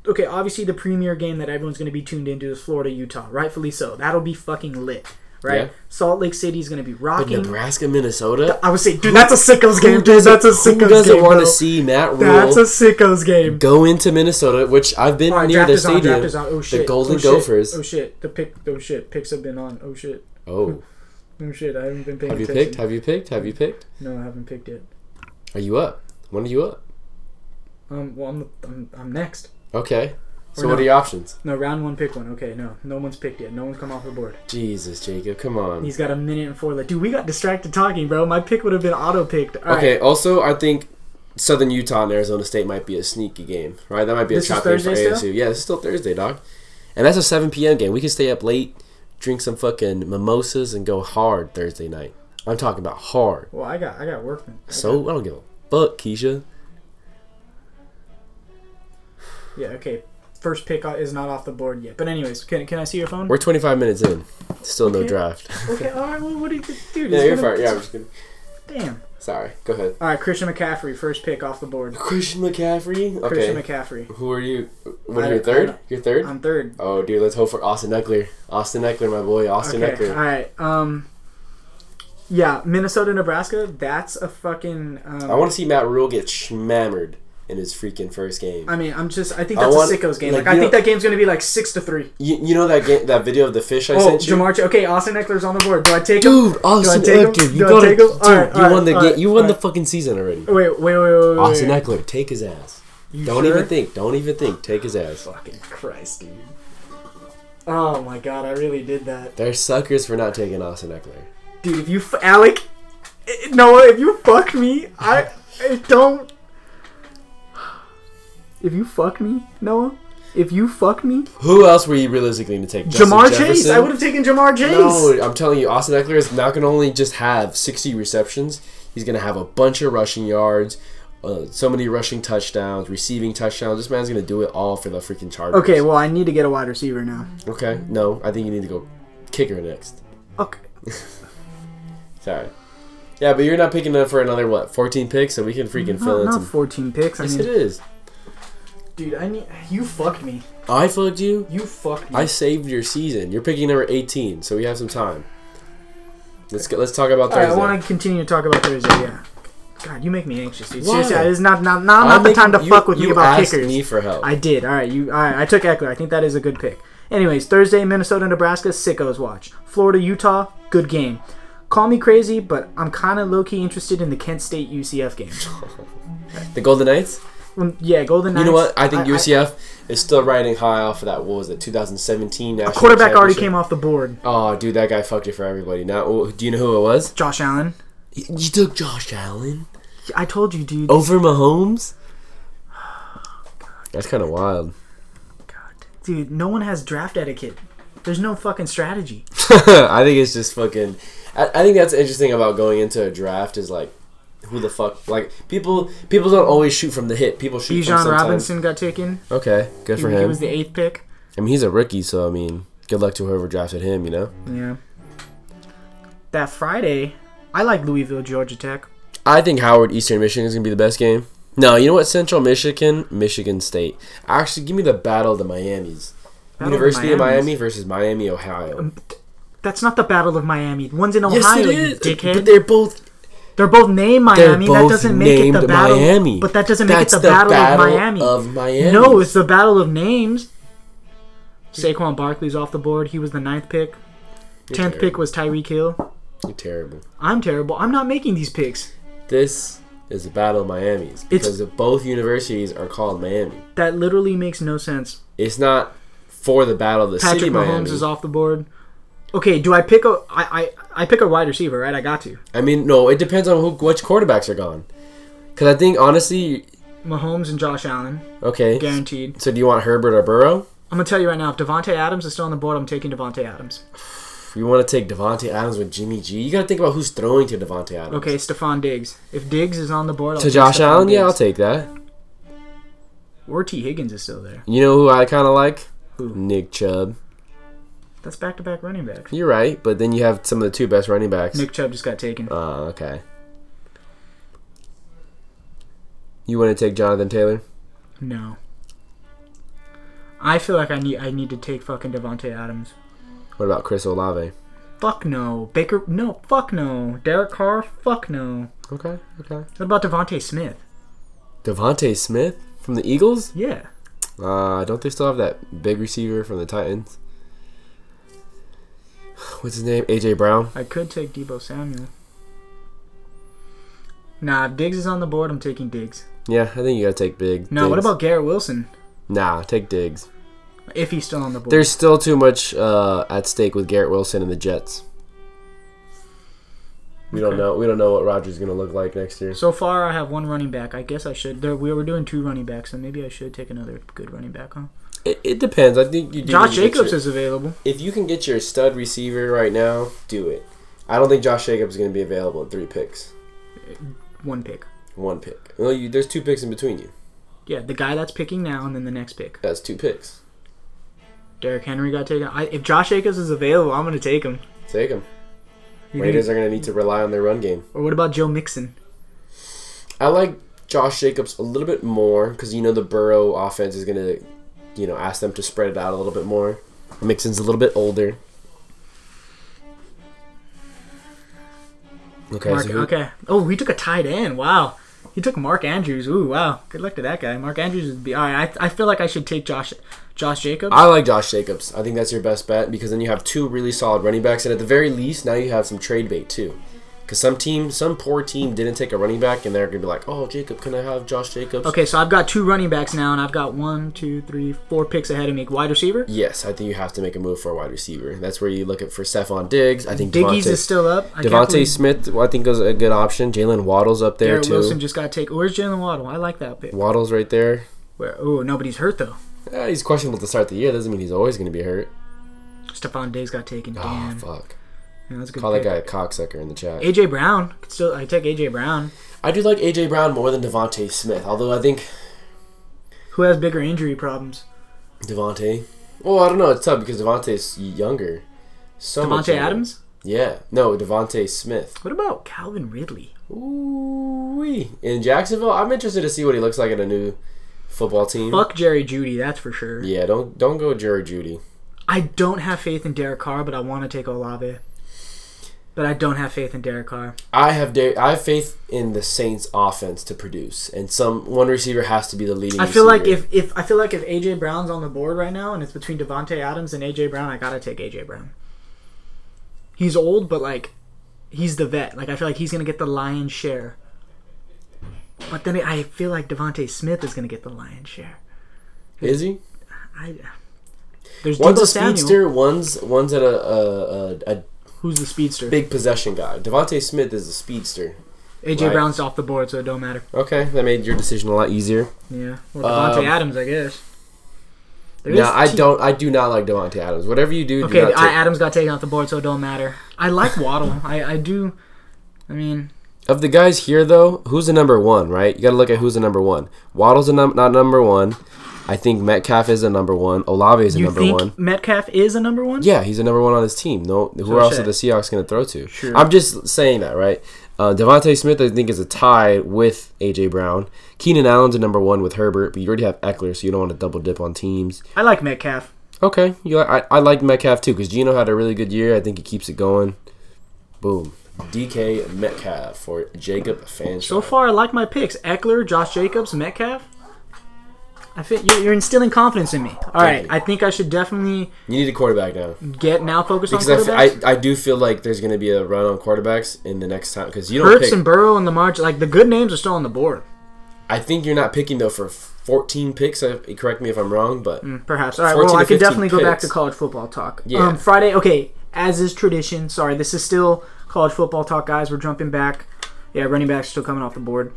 B: okay, obviously the premier game that everyone's going to be tuned into is Florida Utah, rightfully so. That'll be fucking lit. right?
A: Yeah.
B: Salt Lake City is going to be
A: But
B: rocking.
A: Nebraska, Minnesota.
B: I would say, dude, that's a sickos game, dude. That's a sickos
A: Who doesn't
B: game.
A: want
B: bro.
A: to see Matt
B: That's a
A: Rule
B: sickos game.
A: go into Minnesota, which I've been
B: All right,
A: near
B: draft
A: their
B: is on. Draft
A: stadium.
B: is on. Oh shit.
A: Golden
B: oh, shit.
A: Gophers.
B: Oh shit. The pick. Oh shit. Picks have been on. Oh shit.
A: Oh,
B: Oh shit. I haven't been paying
A: have you
B: attention.
A: picked? Have you picked? Have you picked?
B: No, I haven't picked yet.
A: Are you up? When are you up?
B: Um. Well, I'm. I'm, I'm next.
A: Okay. So
B: Or
A: what
B: no.
A: are your options?
B: No, round one, pick one. Okay, no, no one's picked yet. No one's come off the board.
A: Jesus, Jacob, come on.
B: He's got a minute and four left. Dude, we got distracted talking, bro. My pick would have been auto picked. All right.
A: okay. Also, I think Southern Utah and Arizona State might be a sneaky game, right? That might be a
B: This is
A: trap game for
B: Thursday still?
A: ASU. Yeah, it's still Thursday, dog. And that's a 7 p.m. game. We can stay up late, drink some fucking mimosas, and go hard Thursday night. I'm talking about hard.
B: Well, I got I got Workman.
A: So I don't give a fuck, Keisha.
B: Yeah. Okay. First pick o- is not off the board yet. But anyways, can, can I see your phone?
A: We're 25 minutes in. Still no
B: Okay.
A: draft.
B: Okay. All right. Well, what do you dude?
A: yeah,
B: it's
A: you're
B: gonna-
A: fine. Yeah, I'm just kidding.
B: Damn.
A: Sorry. Go ahead.
B: All right, Christian McCaffrey, first pick off the board.
A: Christian McCaffrey. Okay.
B: Christian McCaffrey.
A: Who are you? What
B: I-
A: are your
B: I-
A: third? Your third?
B: I'm third.
A: Oh, dude, let's hope for Austin Eckler. Austin Eckler, my boy, Austin
B: Okay. All
A: Eckler.
B: right. Um. Yeah, Minnesota, Nebraska. That's a fucking. Um,
A: I want to see Matt Rule get shmammered in his freaking first game.
B: I mean, I'm just. I think
A: I
B: that's
A: want-
B: a sickos game.
A: like,
B: Like,
A: you
B: I think
A: know-
B: that game's gonna be like six to three.
A: You, you know that game, that video of the fish I
B: Oh,
A: sent you,
B: Jamar. Ch- okay, Austin Eckler's on the board. Do I take him?
A: dude. Austin
B: take him?
A: Eckler, you
B: Do I
A: got
B: take
A: it,
B: him?
A: dude.
B: All right,
A: you
B: all
A: won the
B: right, all
A: game. You won
B: right.
A: the fucking season already.
B: Wait, wait, wait, wait, wait.
A: Austin
B: wait.
A: Eckler, take his ass.
B: You
A: Don't
B: sure?
A: even think. Don't even think. Take his ass.
B: Fucking Christ, dude. Oh my God, I really did that,
A: They're suckers for not taking Austin Eckler.
B: dude. If you, f- Alec, eh, Noah, if you fuck me, I, I don't. If you fuck me, Noah. If you fuck me,
A: Who else were you realistically going to take? Justin
B: Jamar Chase.
A: Jefferson?
B: I would have taken Jamar Chase.
A: No, I'm telling you, Austin Eckler is not going to only just have 60 receptions. He's going to have a bunch of rushing yards, uh, so many rushing touchdowns, receiving touchdowns. This man's going to do it all for the freaking Chargers.
B: Okay, well, I need to get a wide receiver now.
A: Okay. No, I think you need to go kicker next.
B: Okay.
A: Sorry. Yeah, but you're not picking up for another what? 14 picks, so we can freaking fill
B: Not,
A: in
B: not
A: some.
B: 14 picks. I
A: Yes,
B: mean,
A: it is.
B: Dude, I need. You fucked me.
A: I fucked you.
B: You fucked me.
A: I saved your season. You're picking number 18, so we have some time. Let's go, let's talk about
B: All right,
A: Thursday.
B: I want to continue to talk about Thursday. Yeah. God, you make me anxious, dude.
A: Why?
B: Seriously, it's not not not,
A: I'm
B: not the time to
A: making-
B: fuck with
A: you
B: me about
A: asked
B: kickers.
A: me for help.
B: I did. All right, you. All right, I took Eckler. I think that is a good pick. Anyways, Thursday, Minnesota, Nebraska, sickos watch. Florida, Utah, good game. Call me crazy, but I'm kind of low key interested in the Kent State UCF game.
A: the Golden Knights?
B: Um, yeah, Golden Knights.
A: You know what? I think
B: I-
A: UCF is still riding high off of that. What was it? 2017 national
B: quarterback already
A: championship.
B: came off the board.
A: Oh, dude, that guy fucked it for everybody. Now, oh, do you know who it was?
B: Josh Allen.
A: You took Josh Allen
B: I told you, dude.
A: over Mahomes. That's kind of wild.
B: God. Dude, no one has draft etiquette. There's no fucking strategy.
A: I think it's just fucking. I, I think that's interesting about going into a draft is like, who the fuck? Like people, people don't always shoot from the hip. People shoot. from
B: Bijan
A: sometimes-
B: Robinson got taken.
A: Okay, good for
B: He, he
A: him.
B: was the eighth pick.
A: I mean, he's a rookie, so I mean, good luck to whoever drafted him. You know.
B: Yeah. That Friday, I like Louisville, Georgia Tech.
A: I think Howard Eastern Michigan is gonna be the best game. No, you know what? Central Michigan, Michigan State. Actually, give me the battle of the Miami's.
B: Battle of the
A: University of,
B: Miamis.
A: Miami versus Miami, Ohio.
B: That's not the Battle of Miami. One's in Ohio, you dickhead.
A: But
B: they're,
A: they're both.
B: both named Miami.
A: They're both
B: that doesn't make it the
A: named
B: battle.
A: Miami.
B: But that doesn't make
A: That's
B: it the,
A: the
B: battle,
A: Battle
B: of Miami.
A: of Miami.
B: No, it's the Battle of Names. Saquon Barkley's off the board. He was the ninth pick. Tenth pick was Tyreek Hill.
A: You're terrible.
B: I'm terrible. I'm not making these picks.
A: This is the battle of Miami's because the both universities are called Miami.
B: That literally makes no sense.
A: It's not for the battle of the
B: Patrick
A: city
B: Mahomes
A: Miami.
B: is off the board. Okay, do I pick a I, I I pick a wide receiver, right? I got to.
A: I mean, no, it depends on who which quarterbacks are gone. Because I think honestly,
B: Mahomes and Josh Allen,
A: okay.
B: guaranteed.
A: So do you want Herbert or Burrow?
B: I'm gonna tell you right now, if Devonte Adams is still on the board, I'm taking Devonte Adams.
A: If you want to take Devonte Adams with Jimmy G, you got to think about who's throwing to Devonte Adams.
B: Okay, Stephon Diggs. If Diggs is on the board, I'll
A: To
B: take
A: Josh
B: Stephon
A: Allen, yeah, I'll
B: Diggs.
A: take that.
B: or T Higgins is still there.
A: You know who I kind of like?
B: Who?
A: Nick Chubb.
B: That's back to back running backs.
A: You're right, but then you have some of the two best running backs.
B: Nick Chubb just got taken.
A: Oh, okay. You want to take Jonathan Taylor?
B: No. I feel like I need I need to take fucking Devonte Adams.
A: What about Chris Olave?
B: Fuck no. Baker, no. Fuck no. Derek Carr, fuck no.
A: Okay, okay.
B: What about Devontae Smith?
A: Devonte Smith from the Eagles.
B: Yeah.
A: Uh, don't they still have that big receiver from the Titans? What's his name? AJ Brown.
B: I could take Debo Samuel. Nah, if Diggs is on the board, I'm taking Diggs.
A: Yeah, I think you gotta take Big.
B: No, what
A: Diggs.
B: about Garrett Wilson?
A: Nah, take Diggs.
B: If he's still on the board.
A: There's still too much uh, at stake with Garrett Wilson and the Jets. We don't
B: Okay.
A: know. We don't know what Rogers is gonna look like next year.
B: so far, I have one running back. I guess I should. There, we were doing two running backs, so maybe I should take another good running back, huh?
A: It, it depends. I think you. Do
B: Josh
A: need to get
B: Jacobs
A: your-
B: is available.
A: if you can get your stud receiver right now, do it. I don't think Josh Jacobs is gonna be available in three picks.
B: One pick.
A: One pick. Well, you, there's two picks in between you.
B: Yeah, the guy that's picking now, and then the next pick.
A: That's two picks.
B: Derrick Henry got taken. I, if Josh Jacobs is available, I'm gonna take him.
A: Take him.
B: You
A: Raiders
B: think-
A: are gonna need to rely on their run game.
B: or what about Joe Mixon?
A: I like Josh Jacobs a little bit more because you know the Burrow offense is gonna, you know, ask them to spread it out a little bit more. Mixon's a little bit older. Okay,
B: Mark,
A: so who-
B: okay. Oh, we took a tight end. Wow. He took Mark Andrews. Ooh, wow. Good luck to that guy. Mark Andrews would be all right. I, I feel like I should take Josh Josh Jacobs.
A: I like Josh Jacobs. I think that's your best bet because then you have two really solid running backs, and at the very least, now you have some trade bait too. Because some team, some poor team, didn't take a running back, and they're gonna be like, "Oh, Jacob, can I have Josh Jacobs?"
B: Okay, so I've got two running backs now, and I've got one, two, three, four picks ahead of me. Wide receiver.
A: Yes, I think you have to make a move for a wide receiver. That's where you look at for Stephon Diggs. I think
B: Diggies
A: Devontae-
B: is still up. I can't
A: Devontae
B: believe
A: Smith, I think, was a good option. Jalen Waddle's up there
B: Garrett
A: too.
B: Wilson just got to take. Where's Jalen Waddle? I like that pick.
A: Waddle's right there.
B: Where? Oh, nobody's hurt though.
A: Eh, he's questionable to start the year. Doesn't mean he's always going to be hurt.
B: Stephon Diggs got taken.
A: Oh
B: Damn,
A: fuck!
B: Yeah, that's a good.
A: Call that
B: pick.
A: guy a cocksucker in the chat.
B: AJ Brown. Could Still, I take AJ Brown,
A: I do like AJ Brown more than Devontae Smith, although I think
B: who has bigger injury problems.
A: Devontae. Well, I don't know. It's tough because Devontae's younger. So much
B: Devontae
A: younger.
B: Adams.
A: Yeah. No, Devontae Smith.
B: What about Calvin Ridley?
A: Ooh In Jacksonville, I'm interested to see what he looks like in a new football team.
B: Fuck Jerry Judy, that's for sure.
A: Yeah. Don't don't go Jerry Judy.
B: I don't have faith in Derek Carr, but I want to take Olave. But I don't have faith in Derek Carr.
A: I have da- I have faith in the Saints' offense to produce, and some one receiver has to be the leading.
B: I feel like
A: receiver.
B: if, if I feel like if AJ Brown's on the board right now, and it's between Devonte Adams and AJ Brown, I gotta take AJ Brown. He's old, but like, he's the vet. Like I feel like he's gonna get the lion's share. But then I feel like Devonte Smith is gonna get the lion's share.
A: is he
B: I there's
A: one's
B: Debo
A: a
B: Samuel,
A: speedster, one's one's at a a, a, a
B: who's the speedster.
A: big possession guy. Devonte Smith is a speedster.
B: AJ
A: right.
B: Brown's off the board, so it don't matter.
A: Okay, that made your decision a lot easier.
B: Yeah, or Devontae
A: Um,
B: Adams, I guess. There
A: No, I
B: T-
A: don't. I do not like Devonte Adams. Whatever you do, do
B: Okay,
A: not
B: I,
A: take,
B: Adams got taken off the board, so it don't matter. I like Waddle. I, I do. I mean,
A: of the guys here though. Who's the number one? Right, you got to look at who's the number one. Waddle's a num- not number one. I think Metcalf is a number one. Olave is a
B: you
A: number
B: think
A: one.
B: Metcalf is a number one?
A: Yeah, he's the number one on his team. No, who
B: So
A: else are
B: Shaq.
A: the Seahawks going to throw to?
B: Sure.
A: I'm just saying that, right? Uh, Devontae Smith, I think, is a tie with AJ Brown. Keenan Allen's at number one with Herbert, but you already have Eckler, so you don't want to double dip on teams.
B: I like Metcalf.
A: Okay, you, I, I like Metcalf too because Gino had a really good year. I think he keeps it going. Boom, DK Metcalf for Jacob Fanshawe.
B: So far, I like my picks: Eckler, Josh Jacobs, Metcalf. I think you're, you're instilling confidence in me. All right,
A: you.
B: I think I should definitely
A: you need a quarterback now
B: get now focused on
A: because
B: quarterbacks.
A: I, f- I, I do feel like there's going to be a run on quarterbacks in the next time because you don't
B: Hurts
A: pick.
B: and Burrow and Lamar, like the good names are still on the board.
A: I think you're not picking though for 14 picks. I, correct me if I'm wrong, but
B: Perhaps. All right.
A: 14
B: Well,
A: to
B: I
A: 15
B: could definitely go back
A: picks.
B: to college football talk.
A: Yeah.
B: Um, Friday. Okay. As is tradition. Sorry, this is still college football talk, guys. We're jumping back. Yeah, running backs still coming off the board.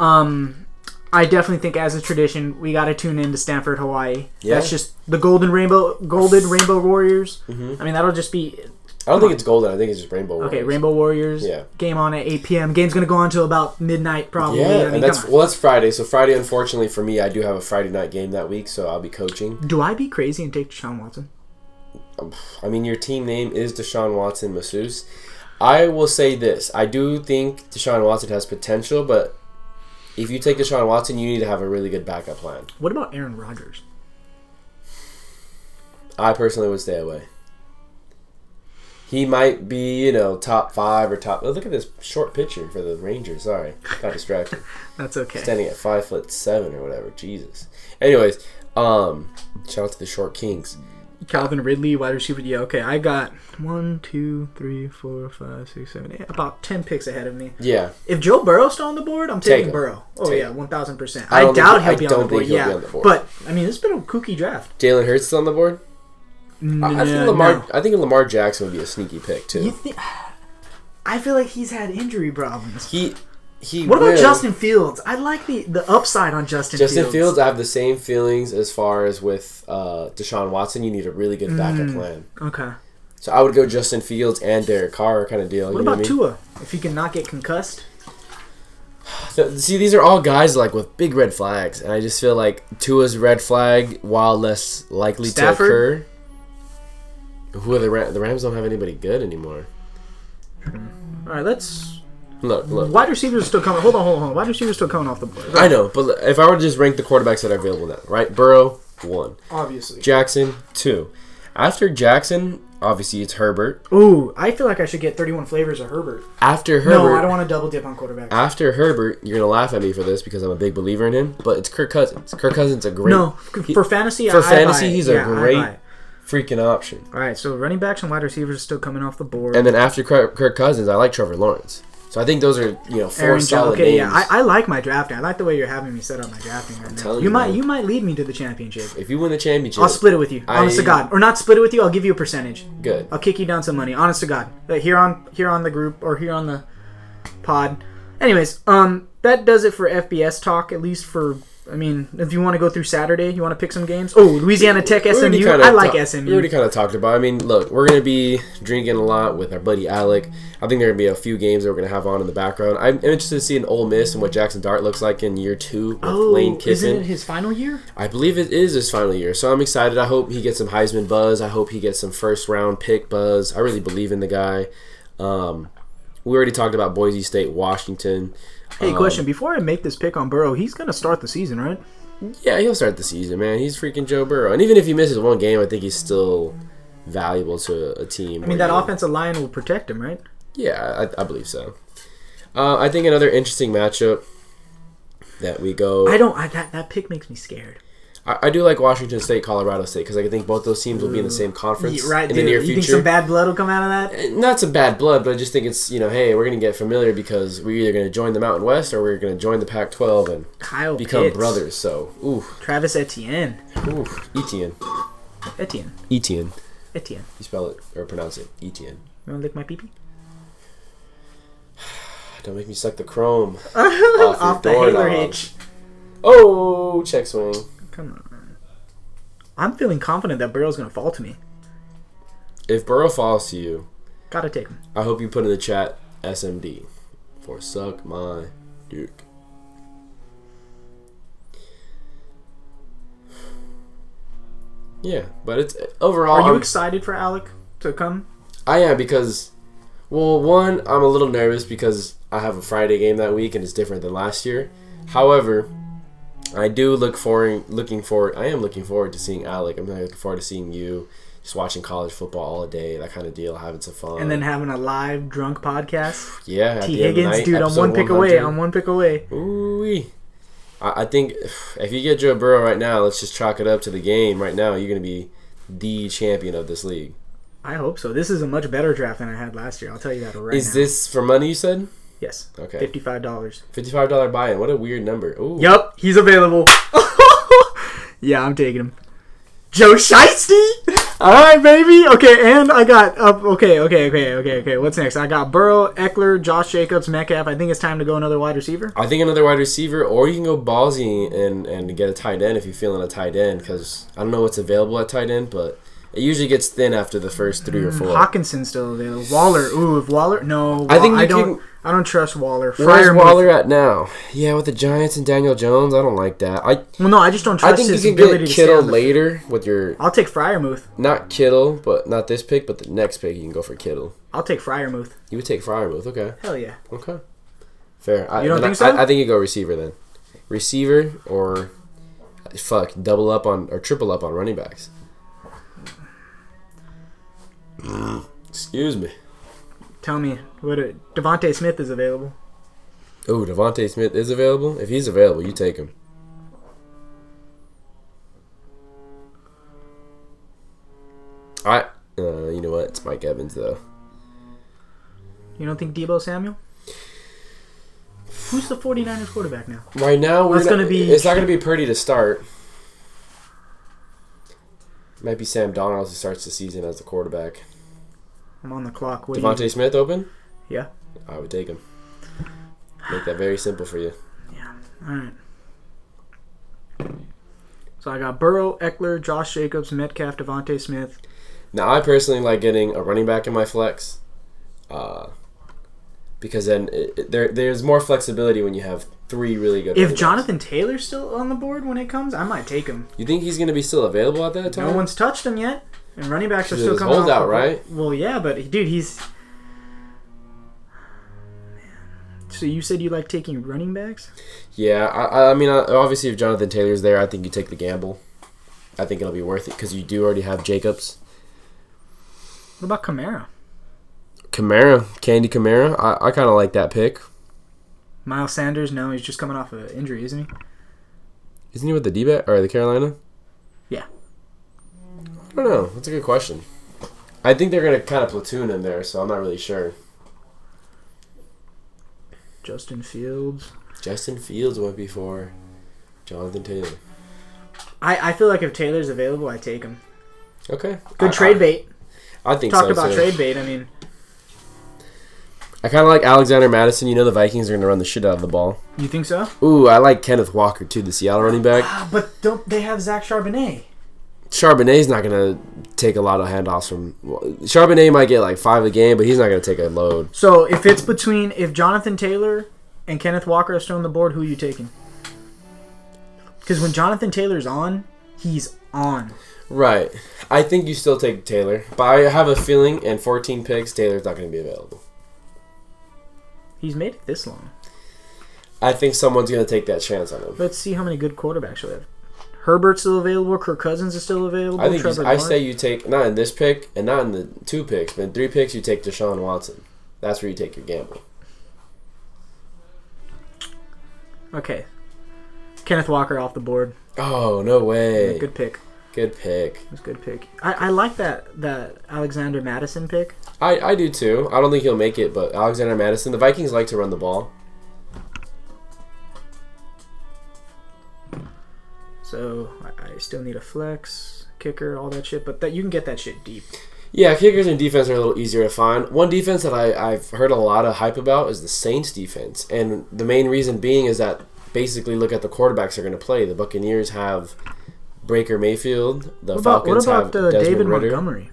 B: Um, I definitely think, as is tradition, we got to tune in to Stanford, Hawaii.
A: Yeah.
B: That's just the golden rainbow, golden rainbow warriors. Mm-hmm. I mean, that'll just be
A: I don't think it's golden. I think it's just rainbow.
B: okay.
A: Warriors.
B: Rainbow Warriors.
A: Yeah.
B: Game on at 8 p.m. Game's gonna go on till about midnight, probably.
A: Yeah,
B: I mean,
A: and that's
B: come on.
A: well, that's Friday. So Friday, unfortunately for me, I do have a Friday night game that week, so I'll be coaching.
B: Do I be crazy and take Deshaun Watson?
A: I mean, your team name is Deshaun Watson Masseuse. I will say this: I do think Deshaun Watson has potential, but if you take Deshaun Watson, you need to have a really good backup plan.
B: What about Aaron Rodgers?
A: I personally would stay away. He might be, you know, top five or top. Oh, look at this short picture for the Rangers. Sorry, got distracted.
B: That's okay.
A: Standing at five foot seven or whatever. Jesus. Anyways, um, shout out to the short kings.
B: Calvin Ridley, wide receiver. Yeah, okay. I got one, two, three, four, five, six, seven, eight. About ten picks ahead of me.
A: Yeah,
B: If Joe Burrow's still on the board, I'm
A: Take
B: taking
A: him.
B: Burrow. Oh
A: Take
B: yeah,
A: him.
B: one thousand percent.
A: I
B: I,
A: don't
B: doubt
A: think- I
B: he'll be on
A: don't
B: the board.
A: think he'll be
B: Yeah,
A: on the board.
B: but I mean, it's been a kooky draft.
A: Jalen Hurts still on the board. I I think
B: Yeah,
A: Lamar.
B: no.
A: I think Lamar Jackson would be a sneaky pick
B: You
A: too.
B: think? I feel like he's had injury problems.
A: He he.
B: What about
A: will.
B: Justin Fields? I like the the upside on Justin.
A: Justin Fields.
B: Fields.
A: I have the same feelings as far as with uh, Deshaun Watson. You need a really good backup
B: Mm.
A: plan.
B: Okay.
A: So I would go Justin Fields and Derek Carr kind of deal.
B: What
A: you know what
B: about
A: I mean?
B: Tua? If he can not get concussed,
A: So, see, these are all guys like with big red flags, and I just feel like Tua's red flag, while less likely
B: Stafford?
A: to occur. Who are the Rams? The Rams don't have anybody good anymore.
B: all right. Let's.
A: Look, look.
B: Wide receivers still coming. Hold on, hold on, hold on. Wide receivers still coming off the board.
A: I know, but if I were to just rank the quarterbacks that are available now, right? Burrow one,
B: Obviously.
A: Jackson two. After Jackson, obviously it's Herbert.
B: Ooh, I feel like I should get 31 flavors of Herbert.
A: After Herbert,
B: No, I don't want to double dip on quarterbacks.
A: after Herbert, you're gonna laugh at me for this because I'm a big believer in him. But it's Kirk Cousins. Kirk Cousins a great
B: no, for fantasy,
A: for
B: I- I
A: fantasy.
B: buy it.
A: He's
B: Yeah, I
A: a
B: buy
A: great
B: it.
A: freaking option.
B: All right, so running backs and wide receivers still coming off the board.
A: And then after Kirk, Kirk Cousins, I like Trevor Lawrence. So I think those are you know four
B: Aaron Jones.
A: solid
B: Okay,
A: names.
B: yeah, I, I like my drafting. I like the way you're having me set up my drafting right now.
A: telling
B: You,
A: you,
B: might
A: man.
B: you might lead me to the championship.
A: if you win the championship,
B: I'll split it with you, honest
A: I-
B: to God, or not split it with you. I'll give you a percentage.
A: Good.
B: I'll kick you down some money, honest to God. Uh, Here on here on the group or here on the pod. Anyways, um, that does it for FBS talk. At least for I mean, if you want to go through Saturday, you want to pick some games. Oh, Louisiana Tech
A: We
B: SMU.
A: already kinda
B: I like
A: ta- We
B: SMU.
A: already kind of talked about. it. I mean, look, we're gonna be drinking a lot with our buddy Alec. I think there are gonna be a few games that we're gonna have on in the background. I'm interested to see an Ole Miss and what Jackson Dart looks like in year two with
B: Oh,
A: Lane
B: isn't
A: Kiffin.
B: it his final year?
A: I believe it is his final year, so I'm excited. I hope he gets some Heisman buzz. I hope he gets some first round pick buzz. I really believe in the guy. Um, we already talked about Boise State, Washington.
B: Hey,
A: Um,
B: question. Before I make this pick on Burrow, he's gonna start the season, right?
A: Yeah, he'll start the season, man. He's freaking Joe Burrow, and even if he misses one game, I think he's still valuable to a team.
B: I mean, that offensive line will protect him, right?
A: Yeah, I, I believe so. Uh, I think another interesting matchup that we go.
B: I don't. I, that that pick makes me scared.
A: I, I do like Washington State, Colorado State, because I think both those teams will be in the same conference
B: Yeah, Mm. right,
A: in
B: dude.
A: the near
B: you think
A: future. Eh,
B: some bad blood will come out of that?
A: Not some bad blood, but I just think it's you know, hey, we're gonna get familiar because we're either gonna join the Mountain West or we're gonna join the Pac-12 and
B: Kyle
A: become
B: Pitts,
A: brothers. So, E ooh,
B: Travis Etienne,
A: ooh, Etienne,
B: Etienne,
A: Etienne,
B: Etienne.
A: E you spell it or pronounce it, E Etienne.
B: You want to lick my pee pee?
A: Don't make me suck the chrome.
B: off, the
A: your
B: Haler
A: doorknob.
B: hitch.
A: Oh, check swing.
B: Come on. I'm feeling confident that Burrow's gonna fall to me.
A: If Burrow falls to you,
B: Gotta take him.
A: I hope you put in the chat SMD for suck my Duke. Yeah, but it's overall.
B: Are you
A: I'm-
B: excited for Alec to come?
A: I am Ah, because, well, one, I'm a little nervous because I have a Friday game that week and it's different than last year. However, I do look forward, looking forward. I am looking forward to seeing Alec. I'm looking forward to seeing you, just watching college football all day, that kind of deal, having some fun.
B: And then having a live drunk podcast.
A: yeah, uh, at
B: T
A: the end of the
B: Higgins,
A: night,
B: dude, I'm
A: episode
B: one pick away.
A: 100.
B: I'm one pick away.
A: Ooh-wee. I, I think if you get Joe Burrow right now, let's just chalk it up to the game. Right now, you're gonna be the champion of this league.
B: I hope so. This is a much better draft than I had last year. I'll tell you that right
A: Is
B: now.
A: this for money? You said
B: yes.
A: okay.
B: Fifty-five dollars.
A: fifty-five dollar buy-in. What a weird number. Ooh.
B: Yup, he's available. yeah, I'm taking him. Joe Shiesty. All right, baby. Okay, and I got up. okay, okay, okay, okay, okay. What's next? I got Burrow, Eckler, Josh Jacobs, Metcalf. I think it's time to go another wide receiver.
A: I think another wide receiver, or you can go ballsy and and get a tight end if you're feeling a tight end because I don't know what's available at tight end, but it usually gets thin after the first three or
B: Mm,
A: four.
B: Hawkinson still available. Waller. Ooh, if Waller. No, Wa-
A: I think
B: I
A: you
B: don't.
A: can-
B: I don't trust Waller.
A: Where's
B: Fryer.
A: Waller at now? Yeah, with the Giants and Daniel Jones, I don't like that. I
B: Well, no, I just don't trust
A: I think you
B: his
A: can
B: ability
A: get
B: to stay
A: Kittle
B: on the-
A: later with your
B: I'll take Fryermuth.
A: not Kittle, but not this pick, but the next pick you can go for Kittle.
B: I'll take Fryermuth.
A: You would take Fryermuth, okay,
B: Hell yeah.
A: okay, fair. I,
B: You don't
A: then
B: think
A: I,
B: so?
A: I, I think you go receiver then, receiver or fuck double up on or triple up on running backs. Excuse me.
B: Tell me, what a, Devonte Smith is available.
A: Oh, Devonte Smith is available. If he's available, you take him. I, uh, you know what? It's Mike Evans though.
B: You don't think Debo Samuel? Who's the 49ers quarterback now?
A: Right now, we're
B: That's
A: not,
B: gonna be-
A: It's not gonna be pretty to start. Might be Sam Donald who starts the season as the quarterback.
B: I'm on the clock. What do you-
A: Devonte Smith open.
B: Yeah.
A: I would take him. Make that very simple for you.
B: All right. So I got Burrow, Eckler, Josh Jacobs, Metcalf, Devonte Smith.
A: Now, I personally like getting a running back in my flex, uh, because then it, it- there there's more flexibility when you have three really good. running
B: If
A: backs.
B: Jonathan Taylor's still on the board when it comes, I might take him.
A: you think he's gonna be still available at that time?
B: No one's touched him yet, and running backs are
A: He's
B: still
A: a
B: coming
A: holdout,
B: off the-
A: right?
B: Well, yeah, but dude, he's. So you said you like taking running backs?
A: Yeah, I, I- I mean, uh, obviously, if Jonathan Taylor's there, I think you take the gamble. I think it'll be worth it because you do already have Jacobs,
B: What about Kamara?
A: Kamara, Candy Kamara. I, I kind of like that pick.
B: Miles Sanders? No, he's just coming off an injury, isn't he?
A: Isn't he with the D or the Carolina?
B: Yeah.
A: I don't know. That's a good question. I think they're gonna kind of platoon him there, so I'm not really sure.
B: Justin Fields.
A: Justin Fields went before Jonathan Taylor.
B: I, I feel like if Taylor's available, I take him.
A: Okay,
B: Good
A: I-
B: trade
A: I-
B: bait.
A: I think
B: Talk
A: so,
B: about
A: too.
B: trade bait. I mean,
A: I kind of like Alexander Madison. You know the Vikings are gonna run the shit out of the ball.
B: you think so?
A: Ooh, I like Kenneth Walker too, the Seattle running back.
B: Ah, but don't they have Zach Charbonnet?
A: Charbonnet's not gonna take a lot of handoffs from. Charbonnet might get like five a game, but he's not gonna take a load.
B: So if it's between if Jonathan Taylor and Kenneth Walker are still on the board, who are you taking? Because when Jonathan Taylor's on, he's on.
A: Right. I think you still take Taylor, but I have a feeling in 14 picks, Taylor's not gonna be available.
B: He's made it this long.
A: I think someone's gonna take that chance on him.
B: Let's see how many good quarterbacks we have. Herbert's still available. Kirk Cousins is still available.
A: I think you- I
B: Lawrence.
A: say you take not in this pick and not in the two picks, but in three picks you take Deshaun Watson. That's where you take your gamble.
B: Okay. Kenneth Walker off the board.
A: Oh no way! Good,
B: Good pick.
A: pick.
B: That's a good pick. I, I like that that Alexander Madison pick.
A: I I do too. I don't think he'll make it, but Alexander Madison. The Vikings like to run the ball.
B: So I, I still need a flex kicker, all that shit. But that you can get that shit deep.
A: Yeah, kickers and defense are a little easier to find. One defense that I, I've heard a lot of hype about is the Saints defense. And the main reason being is that basically look at the quarterbacks they're going to play. The Buccaneers have Breaker Mayfield. The
B: What about, what
A: Falcons have
B: about uh,
A: Desmond
B: David
A: Ritter.
B: Montgomery?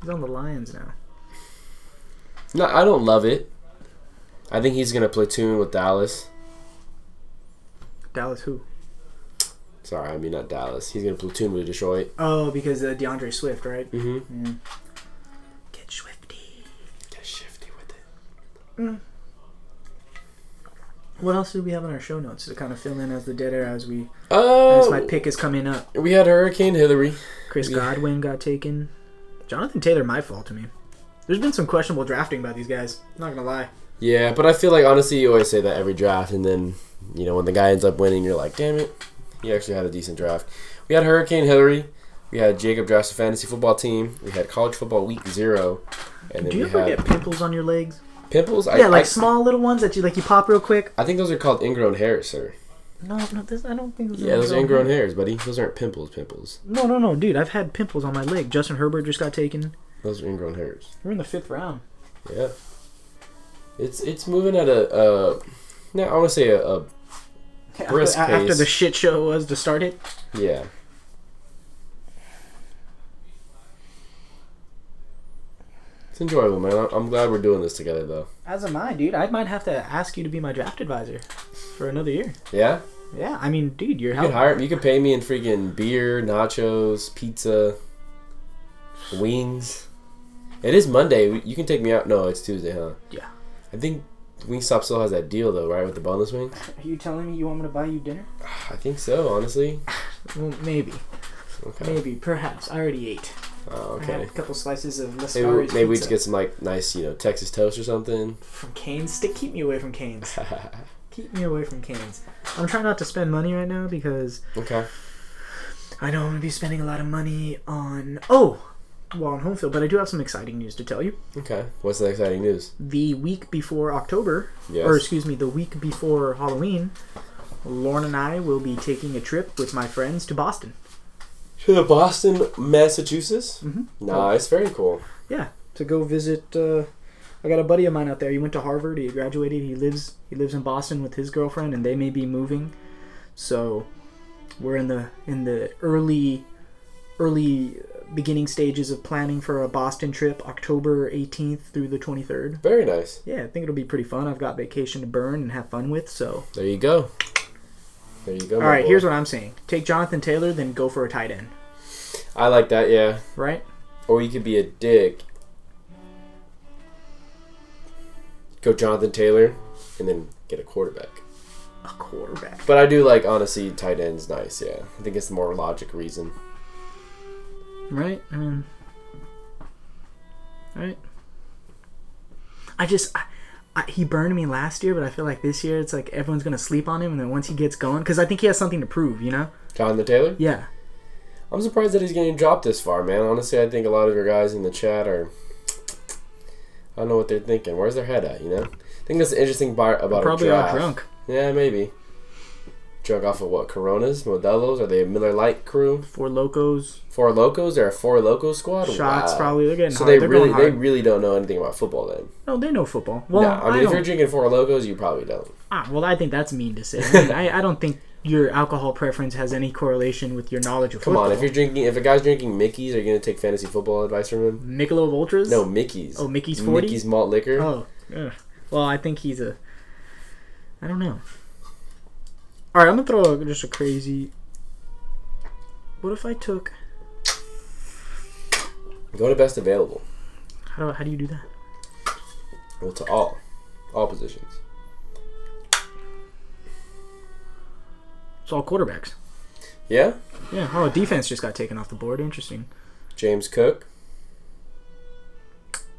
B: He's on the Lions now.
A: No, I don't love it. I think he's going to platoon with Dallas.
B: Dallas who?
A: Sorry, I mean not Dallas. He's going to platoon with Detroit.
B: Oh, because uh, DeAndre Swift, right?
A: Mm-hmm.
B: Get Swifty.
A: Get shifty with it.
B: What else do we have on our show notes to kind of fill in as the dead air as we as my
A: Oh,
B: pick is coming up?
A: we had Hurricane Hillary.
B: Chris
A: Yeah.
B: Godwin got taken. Jonathan Taylor might fall to me. There's been some questionable drafting by these guys. Not gonna lie.
A: Yeah, but I feel like honestly, you always say that every draft, and then you know when the guy ends up winning, you're like, damn it, he actually had a decent draft. We had Hurricane Hillary, we had Jacob drafts a fantasy football team, we had college football week zero, and then
B: Do you
A: we
B: ever
A: had
B: get pimples on your legs?
A: pimples. I,
B: yeah, like
A: I-
B: small little ones that you like you pop real quick.
A: I think those are called ingrown hairs, sir.
B: No, no, this, I don't think. Those
A: Yeah, those are ingrown hairs, buddy. Those aren't pimples. Pimples.
B: No, no, no, dude. I've had pimples on my leg. Justin Herbert just got taken.
A: Those are ingrown hairs.
B: We're in the fifth round.
A: Yeah. It's it's moving at a uh, no, I want to say a, a Brisk
B: after, after
A: pace.
B: the shit show was to start it.
A: yeah. It's enjoyable, man. I- I'm glad we're doing this together, though.
B: As am I, dude. I might have to ask you to be my draft advisor for another year.
A: Yeah,
B: Yeah, I mean, dude,
A: you could
B: you're helping.
A: hire. You could pay me in freaking beer, nachos, pizza, wings. It is Monday. We- You can take me out. No, it's Tuesday, huh?
B: Yeah.
A: I think Wingstop still has that deal though, right, with the boneless wings.
B: Are you telling me you want me to buy you dinner?
A: I think so, honestly.
B: Well, maybe,
A: Okay.
B: maybe, perhaps. I already ate.
A: Oh,
B: I had
A: okay.
B: a couple slices of
A: Maybe, we-
B: Lascari's
A: maybe we
B: pizza
A: just get some like nice, you know, Texas toast or something.
B: from Canes. Stick, keep me away from Canes. keep me away from Canes. I'm trying not to spend money right now because
A: okay.
B: I know I'm going to be spending a lot of money on oh, well on home field, but I do have some exciting news to tell you.
A: Okay. What's the exciting news?
B: The week before October,
A: Yes.
B: or excuse me, the week before Halloween, Lorne and I will be taking a trip with my friends to Boston.
A: To Boston, Massachusetts.
B: Mhm.
A: Nice. Very cool.
B: Yeah, to go visit. Uh, I got a buddy of mine out there. He went to Harvard. He graduated. He lives. He lives in Boston with his girlfriend, and they may be moving. So, we're in the in the early, early beginning stages of planning for a Boston trip, October 18th through the 23rd.
A: Very nice.
B: Yeah, I think it'll be pretty fun. I've got vacation to burn and have fun with. So,
A: There you go. There you go.
B: all right. Here's what I'm saying: take Jonathan Taylor, then go for a tight end.
A: I like that. Yeah.
B: Right?
A: Or you could be a dick. Go Jonathan Taylor, and then get a quarterback.
B: A quarterback.
A: But I do like honestly tight ends nice, yeah. I think it's the more logic reason.
B: Right? I mean, right? I just, I, I, he burned me last year, but I feel like this year it's like everyone's going to sleep on him, and then once he gets going, because I think he has something to prove, you know?
A: Jonathan Taylor?
B: Yeah.
A: I'm surprised that he's getting dropped this far, man. Honestly, I think a lot of your guys in the chat are I don't know what they're thinking. Where's their head at, you know? I think that's the interesting part about
B: Probably
A: a
B: all
A: draft.
B: drunk.
A: Yeah, maybe. Drunk off of what? Coronas? Modelos? Are they a Miller Light crew?
B: Four locos,
A: Four Locos? They're a Four Loco squad?
B: shots,
A: Oh, Wow.
B: probably. They're getting
A: So
B: hard.
A: they
B: They're
A: really
B: going
A: they
B: hard.
A: really don't know anything about football then.
B: no, they know football. Well,
A: no, I mean if
B: don't,
A: you're drinking four locos, you probably don't.
B: ah, well, I think that's mean to say. I, mean, I, I don't think your alcohol preference has any correlation with your knowledge of
A: Come
B: football.
A: on, if you're drinking, if a guy's drinking Mickey's, are you gonna take fantasy football advice from him?
B: Michelob Ultras?
A: No, Mickey's.
B: Oh, Mickey's 40?
A: Mickey's malt liquor.
B: Oh, ugh. well, I think he's a. I don't know. All right, I'm gonna throw a- just a crazy. What if I took?
A: Go to best available.
B: How do how do you do that?
A: Well, to all, all positions.
B: It's all quarterbacks.
A: Yeah,
B: Yeah. Oh, defense just got taken off the board. Interesting.
A: James Cook.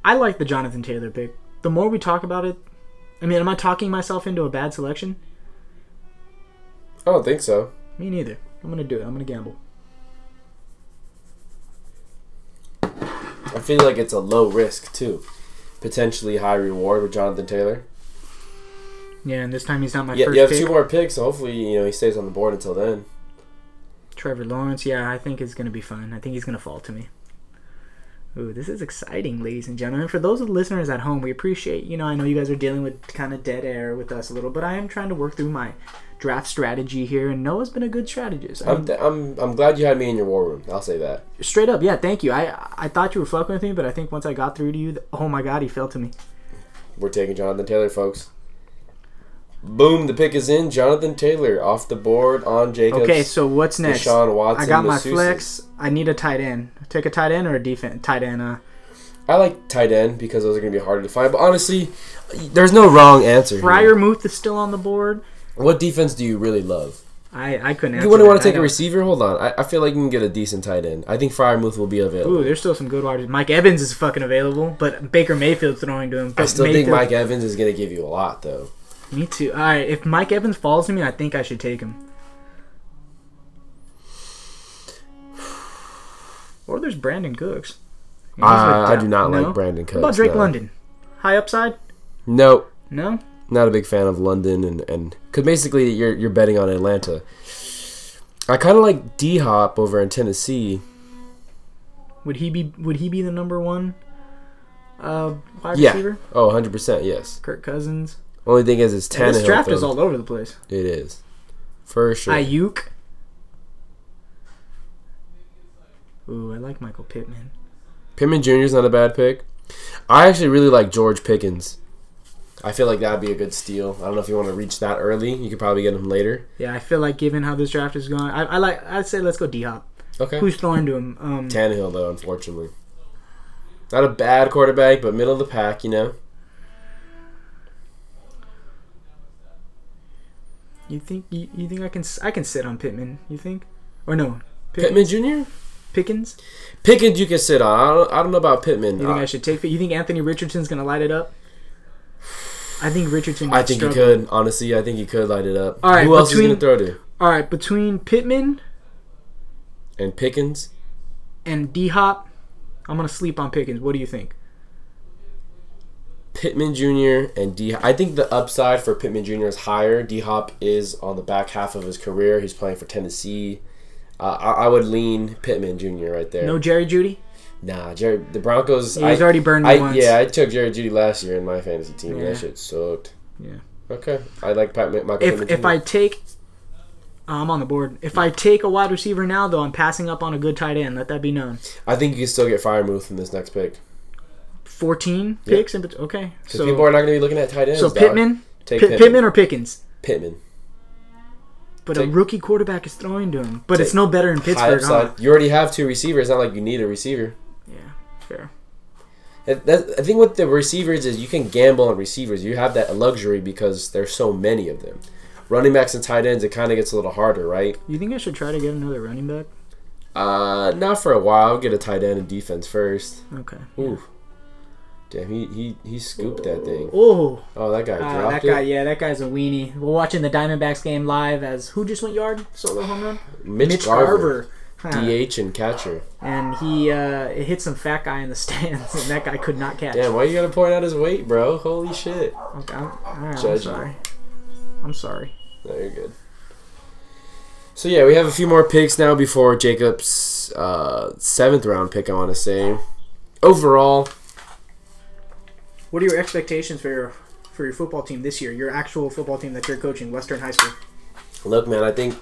B: I like the Jonathan Taylor pick. The more we talk about it, I mean, am I talking myself into a bad selection?
A: I don't think so.
B: Me neither. I'm gonna do it. I'm gonna gamble.
A: I feel like it's a low risk too, potentially high reward with Jonathan Taylor.
B: Yeah, and this time he's not my
A: Yeah,
B: first
A: you have
B: pick.
A: two more picks, so hopefully you know he stays on the board until then.
B: Trevor Lawrence, yeah, I think is going to be fun. I think he's going to fall to me. Ooh, this is exciting, ladies and gentlemen. For those of the listeners at home, we appreciate, you know, I know you guys are dealing with kind of dead air with us a little, but I am trying to work through my draft strategy here, and Noah's been a good strategist. I
A: I'm,
B: mean,
A: th- I'm I'm glad you had me in your war room. I'll say that.
B: straight up, yeah, thank you. I I thought you were fucking with me, but I think once I got through to you, th- oh my god, he fell to me.
A: We're taking Jonathan Taylor, folks. Boom! The pick is in. Jonathan Taylor off the board on Jacobs.
B: Okay, so what's next?
A: Deshaun Watson.
B: I got my
A: Masseuse.
B: flex. I need a tight end. Take a tight end or a defense tight end. Uh,
A: I like tight end because those are going to be harder to find. But honestly, there's no wrong answer. here.
B: Fryermuth is still on the board.
A: What defense do you really love?
B: I I couldn't.
A: you
B: answer
A: wouldn't
B: that.
A: want to
B: I
A: take a
B: don't-
A: receiver? Hold on. I, I feel like you can get a decent tight end. I think Fryermuth will be available.
B: Ooh, there's still some good waters. Mike Evans is fucking available, but Baker Mayfield's throwing to him.
A: I
B: But
A: still think
B: Mayfield-
A: Mike Evans is going to give you a lot, though.
B: Me too. All right, if Mike Evans falls to me, I think I should take him. Or there's Brandon Cooks. He's
A: I-
B: with
A: Uh, I
B: Dal-
A: do not
B: No?
A: like Brandon
B: What about
A: Cooks,
B: Drake
A: no.
B: London? High upside?
A: Nope.
B: No.
A: Not a big fan of London and and because basically you're you're betting on Atlanta. I kind of like D Hop over in Tennessee.
B: Would he be? Would he be the number one? Uh, wide
A: Yeah.
B: receiver.
A: Oh, 100 percent. Yes.
B: Kirk Cousins.
A: Only thing is, it's Tannehill.
B: this draft is
A: though.
B: all over the place.
A: It is, for sure.
B: Ayuk. Ooh, I like Michael Pittman.
A: Pittman Jr. is not a bad pick. I actually really like George Pickens. I feel like that'd be a good steal. I don't know if you want to reach that early. You could probably get him later.
B: Yeah, I feel like given how this draft is going, I, I like. I'd say let's go D Hop.
A: Okay.
B: Who's throwing to him? Um,
A: Tannehill though, unfortunately, not a bad quarterback, but middle of the pack. You know,
B: you think you, you think I can s- I can sit on Pittman? You think? Or no, Pitt-
A: Pittman Jr.
B: Pickens?
A: Pickens you can sit on. I don't, I don't know about Pittman.
B: You think
A: I-
B: I should take? You think Anthony Richardson's gonna light it up? I think Richardson.
A: I
B: might
A: think
B: struggle.
A: he could. Honestly, I think he could light it up.
B: All right,
A: Who else
B: between-
A: is going to throw to?
B: All right, between Pittman
A: And Pickens?
B: and D Hop, I'm gonna sleep on Pickens. What do you think?
A: Pittman Jr. and D. I think the upside for Pittman Jr. is higher. D Hop is on the back half of his career. He's playing for Tennessee. Uh, I, I would lean Pittman Jr. right there.
B: No Jerry Judy.
A: Nah, Jared, the Broncos.
B: Yeah, he's already burned me
A: I,
B: once.
A: Yeah, I took Jared Judy last year in my fantasy team.
B: Yeah.
A: That shit sucked.
B: Yeah.
A: Okay, I like Pat Michael
B: If
A: Pittman
B: if
A: Jr.
B: I take, uh, I'm on the board. If I take a wide receiver now, though, I'm passing up on a good tight end. Let that be known.
A: I think you can still get Firemouth in this next pick
B: Fourteen
A: Yeah.
B: picks, and okay.
A: because
B: So
A: people are not going to be looking at tight ends.
B: so
A: dog.
B: Pittman,
A: take
B: Pitt-
A: Pittman.
B: Pittman or Pickens.
A: Pittman.
B: But a
A: Take-
B: rookie quarterback is throwing to him. But it's
A: Take-
B: no better in
A: High
B: Pittsburgh, huh?
A: upside. You already have two receivers. It's not like you need a receiver.
B: Yeah, fair.
A: That, that, I think with the receivers is you can gamble on receivers. You have that luxury because there's so many of them. Running backs and tight ends, it kind of gets a little harder, right?
B: You think I should try to get another running back?
A: Uh, not for a while. I'll get a tight end and defense first.
B: Okay.
A: Ooh, damn, he he he scooped that thing.
B: Oh,
A: Oh, that guy
B: uh, that
A: dropped
B: guy.
A: it.
B: Yeah, that guy's a weenie. We're watching the Diamondbacks game live as who just went yard solo home run?
A: Mitch,
B: Mitch
A: Garver,
B: Garver. Huh.
A: DH and catcher.
B: And he uh, it hit some fat guy in the stands, and that guy could not catch.
A: Damn, why you gotta point out his weight, bro? Holy shit.
B: Okay, I'm, all right, I'm
A: Judge.
B: sorry. I'm sorry.
A: No, you're good. So yeah, we have a few more picks now before Jacob's uh, seventh round pick. I want to say, overall,
B: What are your expectations for your for your football team this year? Your actual football team that you're coaching, Western High School.
A: look, man, I think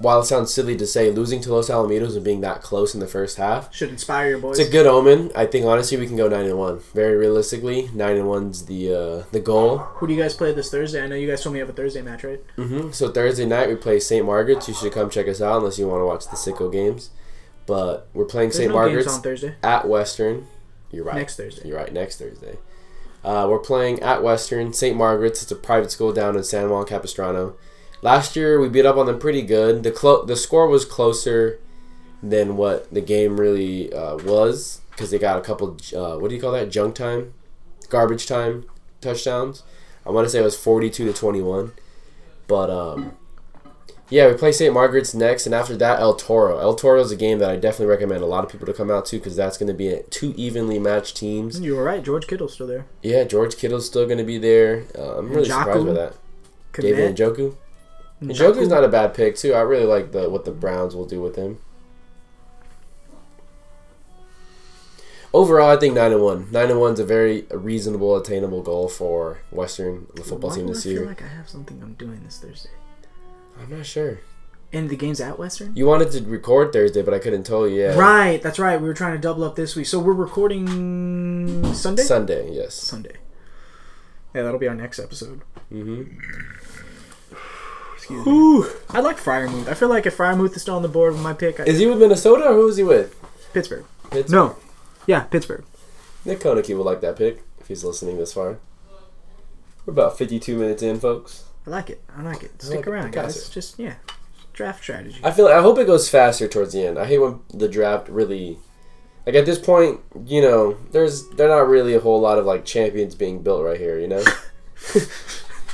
A: while it sounds silly to say losing to Los Alamitos and being that close in the first half,
B: Should inspire your boys.
A: it's a good omen. I think honestly, we can go nine and one. Very realistically, nine and one's the uh, the goal.
B: Who do you guys play this Thursday? I know you guys told me you have a Thursday match, right?
A: hmm So Thursday night we play St. Margaret's. You should come check us out unless you want to watch the sicko games. But we're playing
B: There's
A: St.
B: no
A: Margaret's
B: games on Thursday.
A: at Western. You're right.
B: Next Thursday.
A: You're right, next Thursday. Uh, we're playing at Western, St. Margaret's. It's a private school down in San Juan Capistrano. Last year, we beat up on them pretty good. The clo- the score was closer than what the game really uh, was because they got a couple, uh, what do you call that? Junk time? Garbage time touchdowns. I want to say it was 42 to 21. But, um, yeah, we play St. Margaret's next, and after that, El Toro. El Toro is a game that I definitely recommend a lot of people to come out to because that's going to be two evenly matched teams.
B: You were right. George Kittle's still there.
A: Yeah, George Kittle's still going to be there. Uh, I'm really surprised by
B: Njoku.
A: that. David
B: Komet,
A: Njoku.
B: Njoku.
A: Njoku's not a bad pick too. I really like the what the Browns will do with him. Overall, I think nine and one. Nine and one's a very reasonable, attainable goal for Western the football
B: Why
A: team
B: do I
A: this
B: feel
A: year.
B: like I have something I'm doing this Thursday.
A: I'm not sure.
B: And the game's at Western?
A: You wanted to record Thursday, but I couldn't tell you. Yeah,
B: Right, that's right. We were trying to double up this week. So we're recording Sunday?
A: Sunday. Yes.
B: Sunday. Yeah, that'll be our next episode.
A: hmm Mm-hmm.
B: Excuse me. Ooh, I like Fryermuth. I feel like if Fryermuth is still on the board with my pick, I,
A: Is he with Minnesota or who is he with?
B: Pittsburgh.
A: Pittsburgh.
B: No. Yeah, Pittsburgh.
A: Nick Konecki would like that pick if he's listening this far. We're about 52 minutes in, folks.
B: I like it. I like it. Stick
A: like it.
B: around,
A: I got
B: guys.
A: it.
B: Just, yeah. Draft strategy.
A: I feel. I hope it goes faster towards the end. I hate when the draft really, like at this point, you know, there's they're not really a whole lot of like champions being built right here. You know,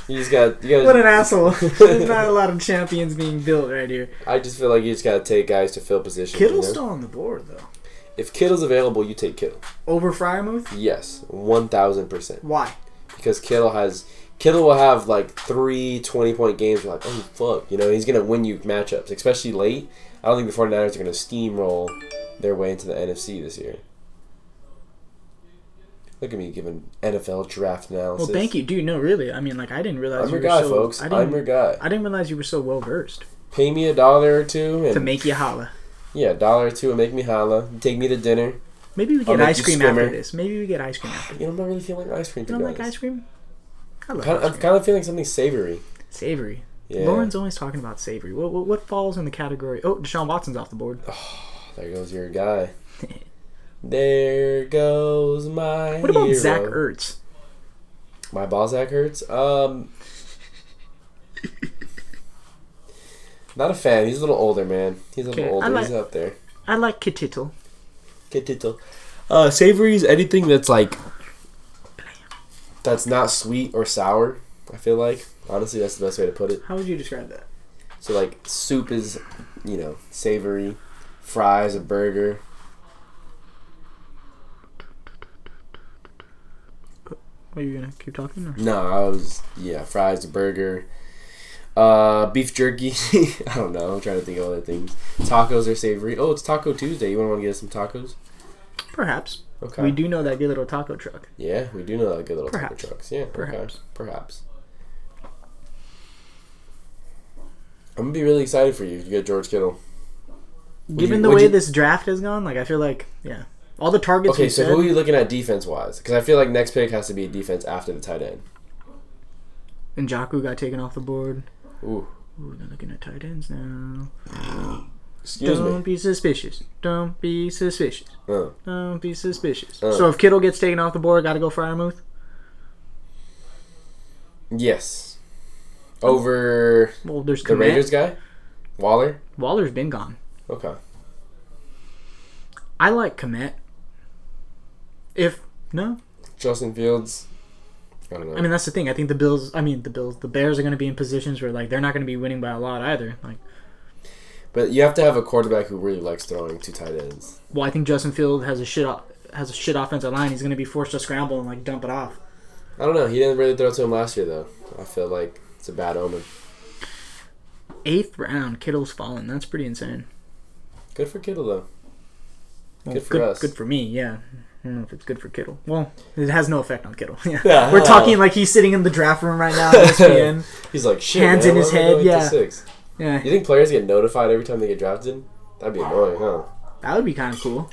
A: you just got you
B: What
A: got.
B: an asshole. There's not a lot of champions being built right here.
A: I just feel like you just gotta take guys to fill positions. you
B: Kittle's
A: know?
B: still on the board, though.
A: If Kittle's available, you take Kittle.
B: Over Fryermuth?
A: Yes, one thousand percent.
B: Why?
A: Because Kittle has Kittle will have like three 20 point games. You're like, oh fuck, you know, he's gonna win you matchups, especially late. I don't think the 49ers are gonna steamroll their way into the NFC this year. Look at me giving NFL draft analysis.
B: Well, thank you, dude. No, really. I mean, like, I didn't realize
A: I'm
B: you
A: your
B: were
A: guy,
B: so.
A: folks.
B: I didn't,
A: I'm your guy.
B: I didn't realize you were so well versed
A: Pay me a dollar or two,
B: to
A: and
B: make you holla.
A: yeah, a dollar or two, and make me holla. Take me to dinner.
B: Maybe we
A: I'll
B: get
A: make
B: ice
A: you
B: cream
A: swimmer.
B: after this. Maybe we get ice cream after.
A: You know, I'm not really feeling ice cream. To
B: You don't
A: be
B: like ice
A: honest.
B: cream? I love
A: Kind of,
B: ice
A: I'm
B: cream.
A: kind of feeling something savory.
B: Savory.
A: uh, Yeah.
B: Lauren's always talking about savory. What, what what falls in the category? Oh, Deshaun Watson's off the board.
A: There goes your guy. there goes my.
B: What about
A: hero.
B: Zach Er- Ertz?
A: My Balzac hurts. Um, not a fan. He's a little older, man. He's a little
B: Okay, I
A: older.
B: like-
A: He's up there.
B: I like Kitittle.
A: Ketito. Uh, savory is anything that's like that's not sweet or sour. I feel like honestly, that's the best way to put it.
B: How would you describe that?
A: So like soup is, you know, savory. Fries, a burger.
B: Are you gonna keep talking? Or?
A: No, I was yeah, fries, a burger. Uh, beef jerky. I don't know. I'm trying to think of other things. Tacos are savory. Oh, it's Taco Tuesday. You want to get us some tacos?
B: Perhaps.
A: Okay.
B: We do know that good little taco truck.
A: Yeah, we do know that good little
B: Perhaps.
A: taco trucks. Yeah,
B: Perhaps.
A: Okay. Perhaps. I'm gonna be really excited for you if you get George Kittle.
B: Given
A: you-
B: the
A: would
B: way
A: you-
B: this draft has gone, like I feel like yeah, all the targets.
A: Okay,
B: we
A: so
B: said,
A: who are you looking at defense wise? Because I feel like next pick has to be a defense after the tight end.
B: and Jaku got taken off the board.
A: Ooh,
B: Ooh, they're looking at tight ends now.
A: excuse
B: Don't
A: me.
B: be suspicious. Don't be suspicious.
A: Oh.
B: Don't be suspicious.
A: Uh.
B: So if Kittle gets taken off the board, gotta go Fryermuth.
A: Yes. Over
B: Well, there's
A: the
B: Komet.
A: Raiders guy, Waller.
B: Waller's been gone.
A: Okay.
B: I like Komet. If no,
A: Justin Fields. I don't know.
B: I mean that's the thing. I think the Bills. I mean the Bills. The Bears are gonna be in positions where like they're not gonna be winning by a lot either. Like.
A: but you have to have a quarterback who really likes throwing to tight ends.
B: Well, I think Justin Field has a shit o- has a shit offensive line. He's going to be forced to scramble and like dump it off.
A: I don't know. He didn't really throw to him last year though. I feel like it's a bad omen.
B: Eighth round, Kittle's fallen. That's pretty insane.
A: Good for Kittle though.
B: Well,
A: Good for
B: good,
A: us.
B: good for me. Yeah. I don't know if it's good for Kittle. Well, it has no effect on Kittle. Yeah.
A: Yeah.
B: We're talking like he's sitting in the draft room right now. E At ESPN.
A: He's like shit.
B: Hands
A: man,
B: in
A: why
B: his
A: am I
B: head,
A: going to
B: yeah.
A: Six?
B: yeah,
A: You think players get notified every time they get drafted? That'd be annoying, huh?
B: that would be kind of cool.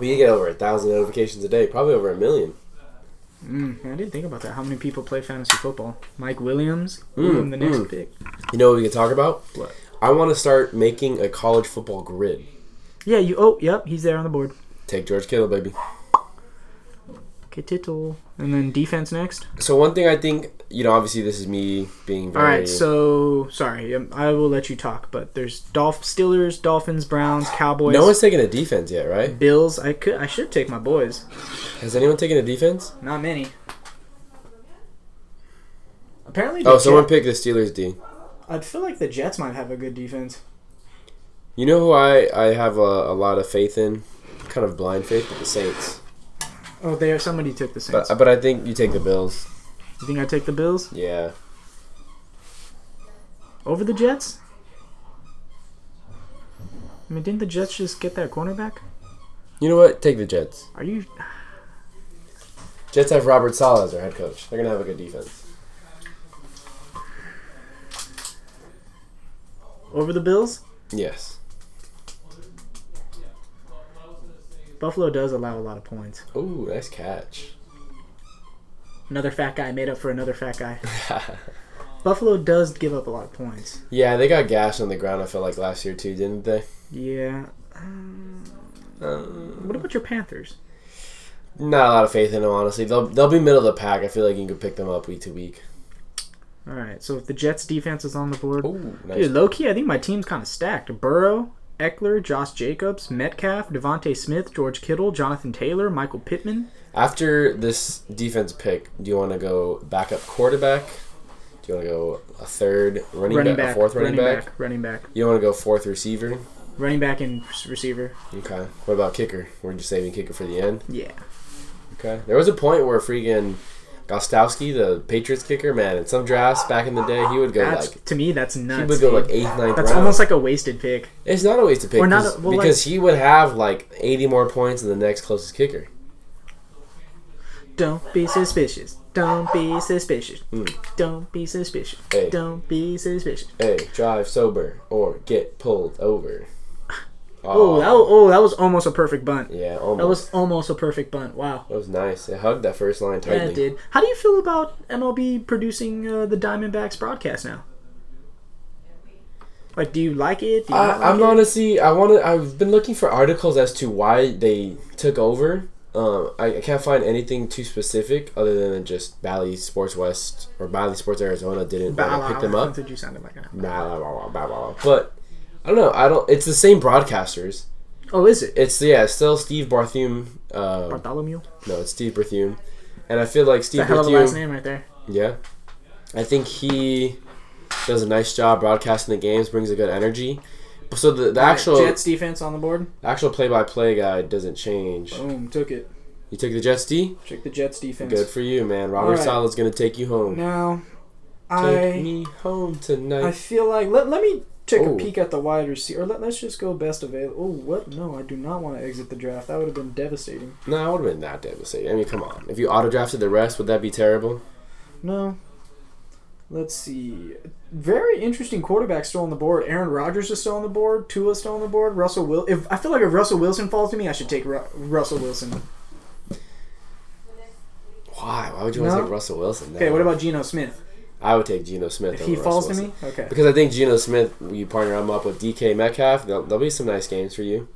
A: We get over a thousand notifications a day, probably over a million.
B: Mm,
A: Mm-hmm.
B: I didn't think about that. How many people play fantasy football? Mike Williams,
A: Mm,
B: Ooh, the next
A: mm.
B: pick.
A: You know what we could talk about?
B: What?
A: I want to start making a college football grid.
B: Yeah, you. Oh, yep, he's there on the board.
A: Take George Kittle, baby.
B: Okay, Tittle, and then defense next.
A: So one thing I think, you know, obviously this is me being
B: All
A: very.
B: right, so sorry, um, I will let you talk, but there's Dolph Steelers, Dolphins, Browns, Cowboys,
A: no one's taking a defense yet, right?
B: Bills. I could, I should take my boys.
A: Has anyone taken a defense?
B: Not many. Apparently, the
A: Oh, someone
B: Jet-
A: picked the Steelers D.
B: I feel like the Jets might have a good defense.
A: You know who I I have a, a lot of faith in, kind of blind faith, but the Saints.
B: Oh, there, somebody took the
A: But
B: Saints.
A: but I think you take the Bills.
B: you think I take the Bills
A: Yeah.
B: over the Jets? I mean, didn't the Jets just get that cornerback?
A: You know what? Take the Jets.
B: Are you?
A: Jets have Robert Sala as their head coach. They're gonna have a good defense.
B: Over the Bills?
A: Yes.
B: Buffalo does allow a lot of points.
A: Ooh, nice catch.
B: Another fat guy made up for another fat guy. Buffalo does give up a lot of points.
A: yeah, they got gashed on the ground. I felt like last year too, didn't they?
B: Yeah. Um, what about your Panthers?
A: Not a lot of faith in them, honestly. They'll they'll be middle of the pack. I feel like you could pick them up week to week.
B: All right. So if the Jets defense is on the board,
A: Ooh, Oh, nice.
B: dude, low key, I think my team's kind of stacked. Burrow, Eckler, Josh Jacobs, Metcalf, Devontae Smith, George Kittle, Jonathan Taylor, Michael Pittman.
A: After this defense pick, do you want to go backup quarterback? Do you want to go a third running,
B: Running
A: back,
B: back,
A: a fourth running, back?
B: running back,
A: You want to go fourth receiver?
B: running back, and s- receiver.
A: Okay. What about kicker? We're just saving kicker for the end.
B: Yeah,
A: Okay. There was a point where freaking Gostowski, the Patriots kicker, man, in some drafts back in the day, he would go
B: that's
A: like
B: to me that's
A: he
B: nuts.
A: would go
B: dude.
A: like eighth, ninth.
B: that's
A: round.
B: almost like a wasted pick.
A: It's not always to pick
B: Or not-
A: 'cause-
B: well, like-
A: because he would have like 80 more points than the next closest kicker.
B: Don't be suspicious. Don't be suspicious. Don't be suspicious.
A: Hmm. Hey.
B: Don't be suspicious.
A: Hey, drive sober or get pulled over.
B: Oh, that, wa- oh, that was almost a perfect bunt.
A: yeah, almost.
B: That was almost a perfect bunt. Wow.
A: nice. It hugged that first line tightly.
B: Yeah, it did. How do you feel about MLB producing uh, the Diamondbacks broadcast now? Like, do you like it? Do you not like
A: I, I'm
B: it?
A: honestly, I want to. I've been looking for articles as to why they took over. Um, I, I can't find anything too specific other than just Bally Sports West or Bally Sports Arizona didn't
B: But I
A: want
B: like
A: to pick
B: it.
A: them up.
B: Did you sound like a-
A: Nah, blah, blah, blah, blah, blah. But I don't know. I don't. It's the same broadcasters.
B: Oh, is it?
A: It's yeah, it's still Steve Barthum. Uh,
B: Bartholomew?
A: no, it's Steve Barthum, and I feel like
B: It's a
A: Steve
B: hell of a last
A: Barthum.
B: name right there.
A: Yeah, I think he does a nice job broadcasting the games, brings a good energy. So the, the actual
B: Jets defense on the board.
A: actual play by play guy doesn't change.
B: Boom, took it.
A: You took the Jets D.
B: Check the Jets defense.
A: Good for you, man. Robert
B: Alright.
A: Sala's gonna take you home.
B: Now,
A: Take
B: I
A: me home tonight.
B: I feel like let, let me take
A: Oh.
B: a peek at the wide receiver. Or let, let's just go best available. Oh, what? No, I do not want to exit the draft. That would have been devastating.
A: No, I would have been that devastating. I mean, come on. If you auto drafted the rest, would that be terrible?
B: No. Let's see. Very interesting quarterback still on the board. Aaron Rodgers is still on the board. Tua still on the board. Russell Will. If I feel like if Russell Wilson falls to me, I should take Ru- Russell Wilson.
A: Why? Why would you want
B: No.
A: to take Russell Wilson?
B: Okay,
A: No.
B: what about Geno Smith?
A: I would take Geno Smith.
B: If
A: over
B: he
A: Russell
B: falls to
A: Wilson.
B: me, okay.
A: Because I think Geno Smith, you partner him up with DK Metcalf. There'll, there'll be some nice games for you.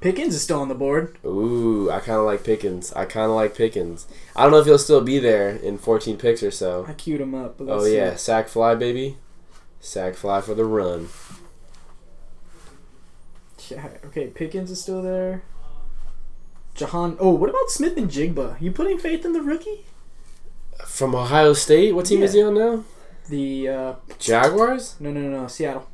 B: Pickens is still on the board.
A: Ooh, I kind of like Pickens. I kind of like Pickens. I don't know if he'll still be there in 14 picks or so.
B: I queued him up. But let's
A: Oh
B: see.
A: yeah, sack fly baby, sack fly for the run.
B: Yeah, okay, Pickens is still there. Jahan. Oh, what about Smith and Jigba? You putting faith in the rookie?
A: From Ohio State, what team is he
B: Yeah.
A: on now?
B: The uh,
A: Jaguars.
B: no, no, no, no, Seattle.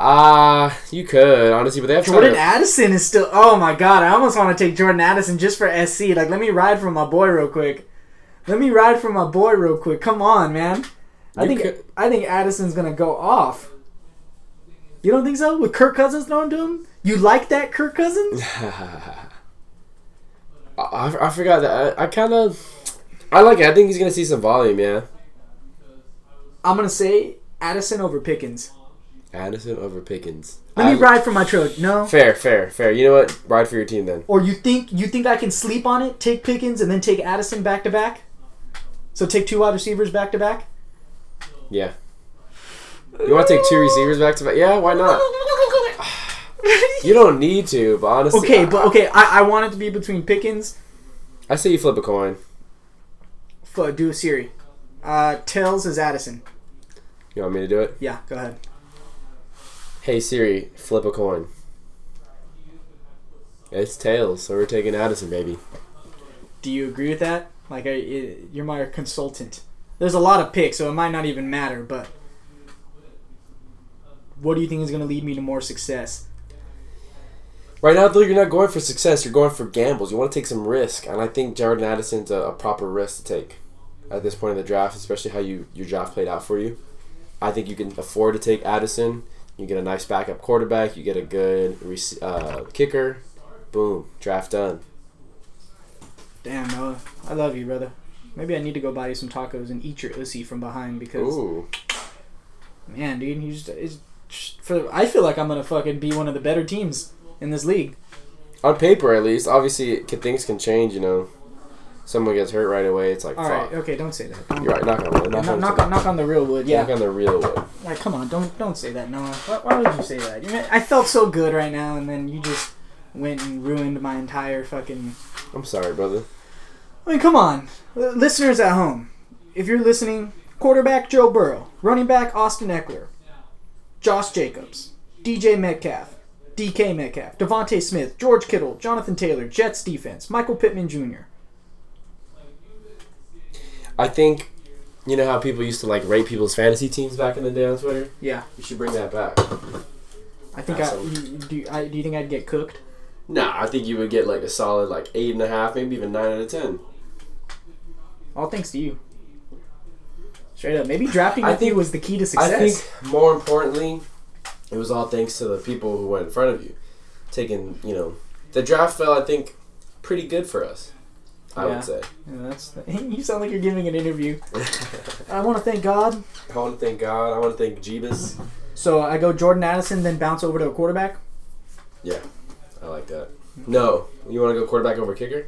A: Ah, you could honestly, but they have
B: Jordan
A: Trevor-
B: Addison is still. Oh my god, I almost want to take Jordan Addison just for SC. Like, let me ride for my boy real quick. Let me ride for my boy real quick. Come on, man. I
A: You
B: think
A: could-
B: I think Addison's gonna go off. You don't think so? With Kirk Cousins thrown to him, you like that Kirk Cousins?
A: I, I I forgot that. I, I kind of. I like it. I think he's going to see some volume, yeah.
B: I'm gonna say Addison over Pickens.
A: Addison over Pickens.
B: Let me
A: I-
B: ride for my trode. No.
A: Fair, fair, fair. You know what? Ride for your team then.
B: or you think you think I can sleep on it, take Pickens and then take Addison back to back? So take two wide receivers back to back?
A: Yeah. You want to take two receivers back to back? Yeah, why not? You don't need to, but honestly.
B: okay,
A: I-
B: but okay, I, I want it to be between Pickens
A: I say you flip a coin.
B: for do a Siri. Uh Tails is Addison.
A: You want me to do it?
B: Yeah, go ahead.
A: Hey Siri, flip a coin. It's tails, so we're taking Addison, baby.
B: Do you agree with that? Like I, i you're my consultant. There's a lot of picks, so it might not even matter, but what do you think is going to lead me to more success?
A: Right now, though, you're not going for success. You're going for gambles. You want to take some risk, and I think Jordan Addison's a, a proper risk to take at this point in the draft, especially how you your draft played out for you. I think you can afford to take Addison. You get a nice backup quarterback. You get a good rec- uh, kicker. Boom, draft done.
B: Damn, Noah. I love you, brother. Maybe I need to go buy you some tacos and eat your ussy from behind because
A: Ooh,
B: Man, dude, you just it's, for. I feel like I'm gonna fucking be one of the better teams in this league.
A: on paper at least. Obviously, it can, things can change. You know, someone gets hurt right away. It's like
B: All right,
A: fuck.
B: okay, don't say that. Don't-
A: You're right. Knock on wood. Knock,
B: Knock,
A: on,
B: knock, on, knock on the real wood,
A: yeah. knock
B: yeah.
A: on the real wood.
B: Like, come on, don't don't say that, Noah. Why, why would you say that? You mean, I felt so good right now, and then you just went and ruined my entire fucking.
A: I'm sorry, brother.
B: I mean, come on, L- listeners at home, if you're listening, quarterback Joe Burrow, running back Austin Eckler, Josh Jacobs, DJ Metcalf, DK Metcalf, Devontae Smith, George Kittle, Jonathan Taylor, Jets defense, Michael Pittman Jr.
A: I think you know how people used to like rate people's fantasy teams back in the day on Twitter.
B: Yeah,
A: You should bring that back.
B: I think I,
A: Absolutely.
B: you- do. you- I do you think I'd get cooked?
A: Nah, I think you would get like a solid like eight and a half, maybe even nine out of ten.
B: All thanks to you. Straight up, maybe drafting
A: I
B: with you
A: think-
B: was the key to success.
A: I think more importantly, it was all thanks to the people who went in front of you, taking you know, the draft fell I think pretty good for us. I
B: Yeah.
A: would say.
B: Yeah, that's you sound like you're giving an interview. I want to thank God.
A: I want to thank God. I want to thank Jeebus.
B: So I go Jordan Addison, then bounce over to a quarterback.
A: Yeah, I like that. No, you want to go quarterback over kicker?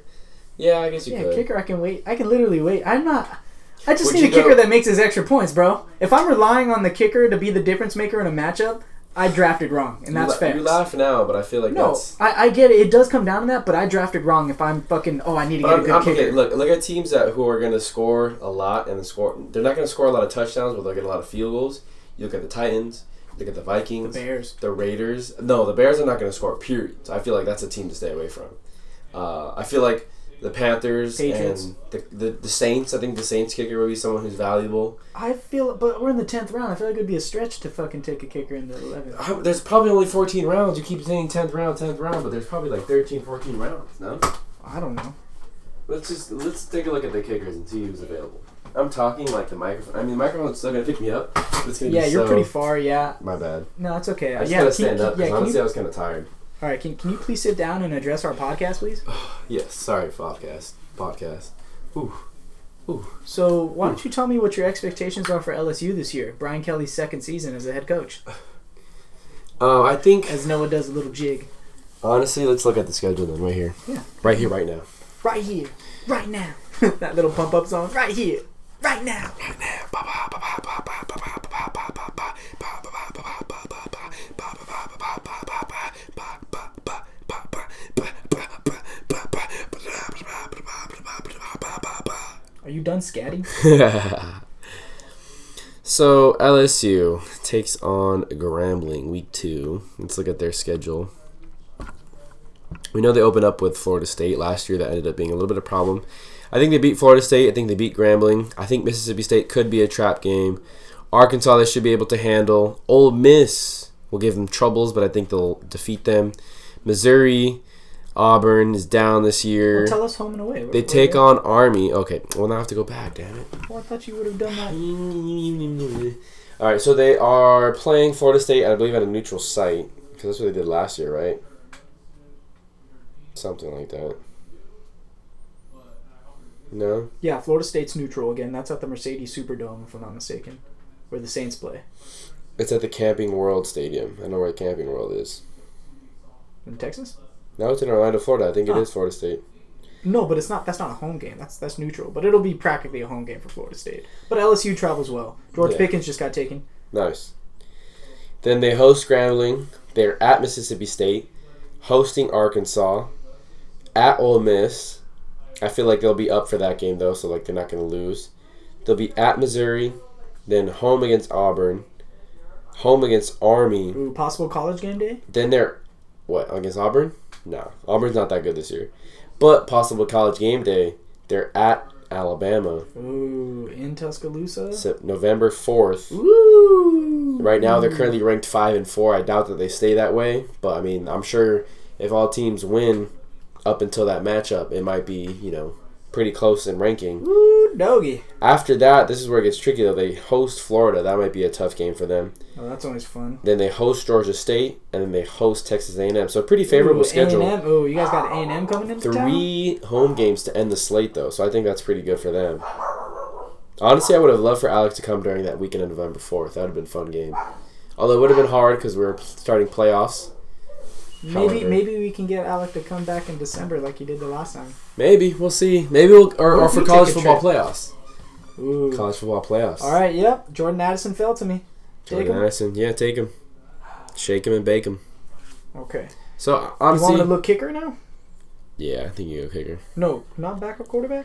A: Yeah, I guess you
B: Yeah,
A: could.
B: kicker. I can wait. I can literally wait. I'm not. I just
A: Would
B: need a
A: you go-
B: kicker that makes his extra points, bro. If I'm relying on the kicker to be the difference maker in a matchup, I drafted wrong, and that's
A: you,
B: fair.
A: You laugh now, but I feel like
B: No,
A: that's.
B: I, I get it. It does come down to that, but I drafted wrong. If I'm fucking, oh, I need to get
A: But
B: a
A: I'm,
B: good
A: I'm,
B: kicker.
A: okay, look, look at teams that who are going to score a lot and score. They're not going to score a lot of touchdowns, but they'll get a lot of field goals. You look at the Titans. They got the
B: The
A: Vikings, the,
B: Bears.
A: Raiders. No, the Bears are not going to score. Period. So I feel like that's a team to stay away from. Uh, I feel like the Panthers
B: Patriots.
A: and the, the the Saints. I think the Saints kicker would be someone who's valuable.
B: I feel, but we're in the tenth round. I feel like it'd be a stretch to fucking take a kicker in the eleventh.
A: I- There's probably only 14 rounds. You keep saying 10th round, 10th round, but there's probably like 13, 14 rounds. No.
B: I don't know.
A: Let's just let's take a look at the kickers and see who's available. I'm talking like the microphone. I mean, the microphone's still gonna pick me up. but It's gonna
B: Yeah,
A: be
B: you're
A: so-
B: pretty far. Yeah.
A: My bad.
B: No, it's okay.
A: I just
B: yeah,
A: gotta
B: can-
A: stand
B: can-
A: up
B: yeah,
A: because
B: can
A: honestly,
B: you,
A: I was kind of tired.
B: all right, can, can you please sit down and address our podcast, please?
A: Yes, sorry, podcast. Podcast. Ooh,
B: So, why don't you tell me what your expectations are for LSU this year? Brian Kelly's second season as a head coach,
A: uh, I think
B: as Noah does a little jig
A: honestly, let's look at the schedule then, right here.
B: Yeah.
A: Right here, right now.
B: right here, right now. that little pump up song, right here, right now. Are you done scatting?
A: so LSU takes on Grambling week two. Let's look at their schedule. We know they opened up with Florida State last year. That ended up being a little bit of a problem. I think they beat Florida State. I think they beat Grambling. I think Mississippi State could be a trap game. Arkansas they should be able to handle. Ole Miss will give them troubles, but I think they'll defeat them. Missouri, Auburn is down this year.
B: Well, tell us home and away.
A: They take on Army. Okay, well now I have to go back. Damn it.
B: Well, I thought you would have done that.
A: All right, so they are playing Florida State, I believe, at a neutral site because that's what they did last year, right? Something like that. No.
B: Yeah, Florida State's neutral again. That's at the Mercedes Superdome, if I'm not mistaken, where the Saints play
A: It's at the Camping World Stadium. I know where Camping World is.
B: in Texas.
A: No, it's in Orlando, Florida. I think it
B: Huh.
A: is Florida State.
B: No, but it's not. That's not a home game. That's that's neutral. But it'll be practically a home game for Florida State. But LSU travels well. George
A: Yeah.
B: Pickens just got taken.
A: Nice. Then they host Grambling. They're at Mississippi State, hosting Arkansas, at Ole Miss. I feel like they'll be up for that game though, so like they're not going to lose. They'll be at Missouri, then home against Auburn, home against Army.
B: Ooh, possible college game day.
A: Then they're what against Auburn? No, Auburn's not that good this year. But possible college game day. They're at Alabama,
B: Ooh, in Tuscaloosa.
A: Sep- November fourth.
B: Ooh.
A: Right now, they're currently ranked five and four. I doubt that they stay that way, but I mean, I'm sure if all teams win up until that matchup, it might be you know pretty close in ranking.
B: Ooh, doggy.
A: After that, this is where it gets tricky though. They host Florida. That might be a tough game for them.
B: Oh, that's always fun.
A: Then they host Georgia State, and then they host Texas A&M. So pretty favorable
B: Ooh,
A: schedule.
B: A&M. Ooh, you guys got A&M coming into town.
A: Three home games to end the slate though, so I think that's pretty good for them. Honestly, I would have loved for Alex to come during that weekend of November fourth. That would have been a fun game. Although it would have been hard because we were starting playoffs.
B: Maybe
A: however.
B: maybe we can get Alec to come back in December like he did the last time.
A: Maybe we'll see. Maybe we'll or,
B: What
A: or
B: if we
A: for
B: take
A: college
B: a
A: football
B: trip?
A: playoffs.
B: Ooh.
A: College football playoffs.
B: All right. Yep. Jordan Addison fell to me. Take
A: Jordan
B: him.
A: Addison. Yeah, take him. Shake him and bake him.
B: Okay.
A: So
B: You want
A: honestly,
B: to look kicker now?
A: yeah, I think you go kicker.
B: No, not backup quarterback.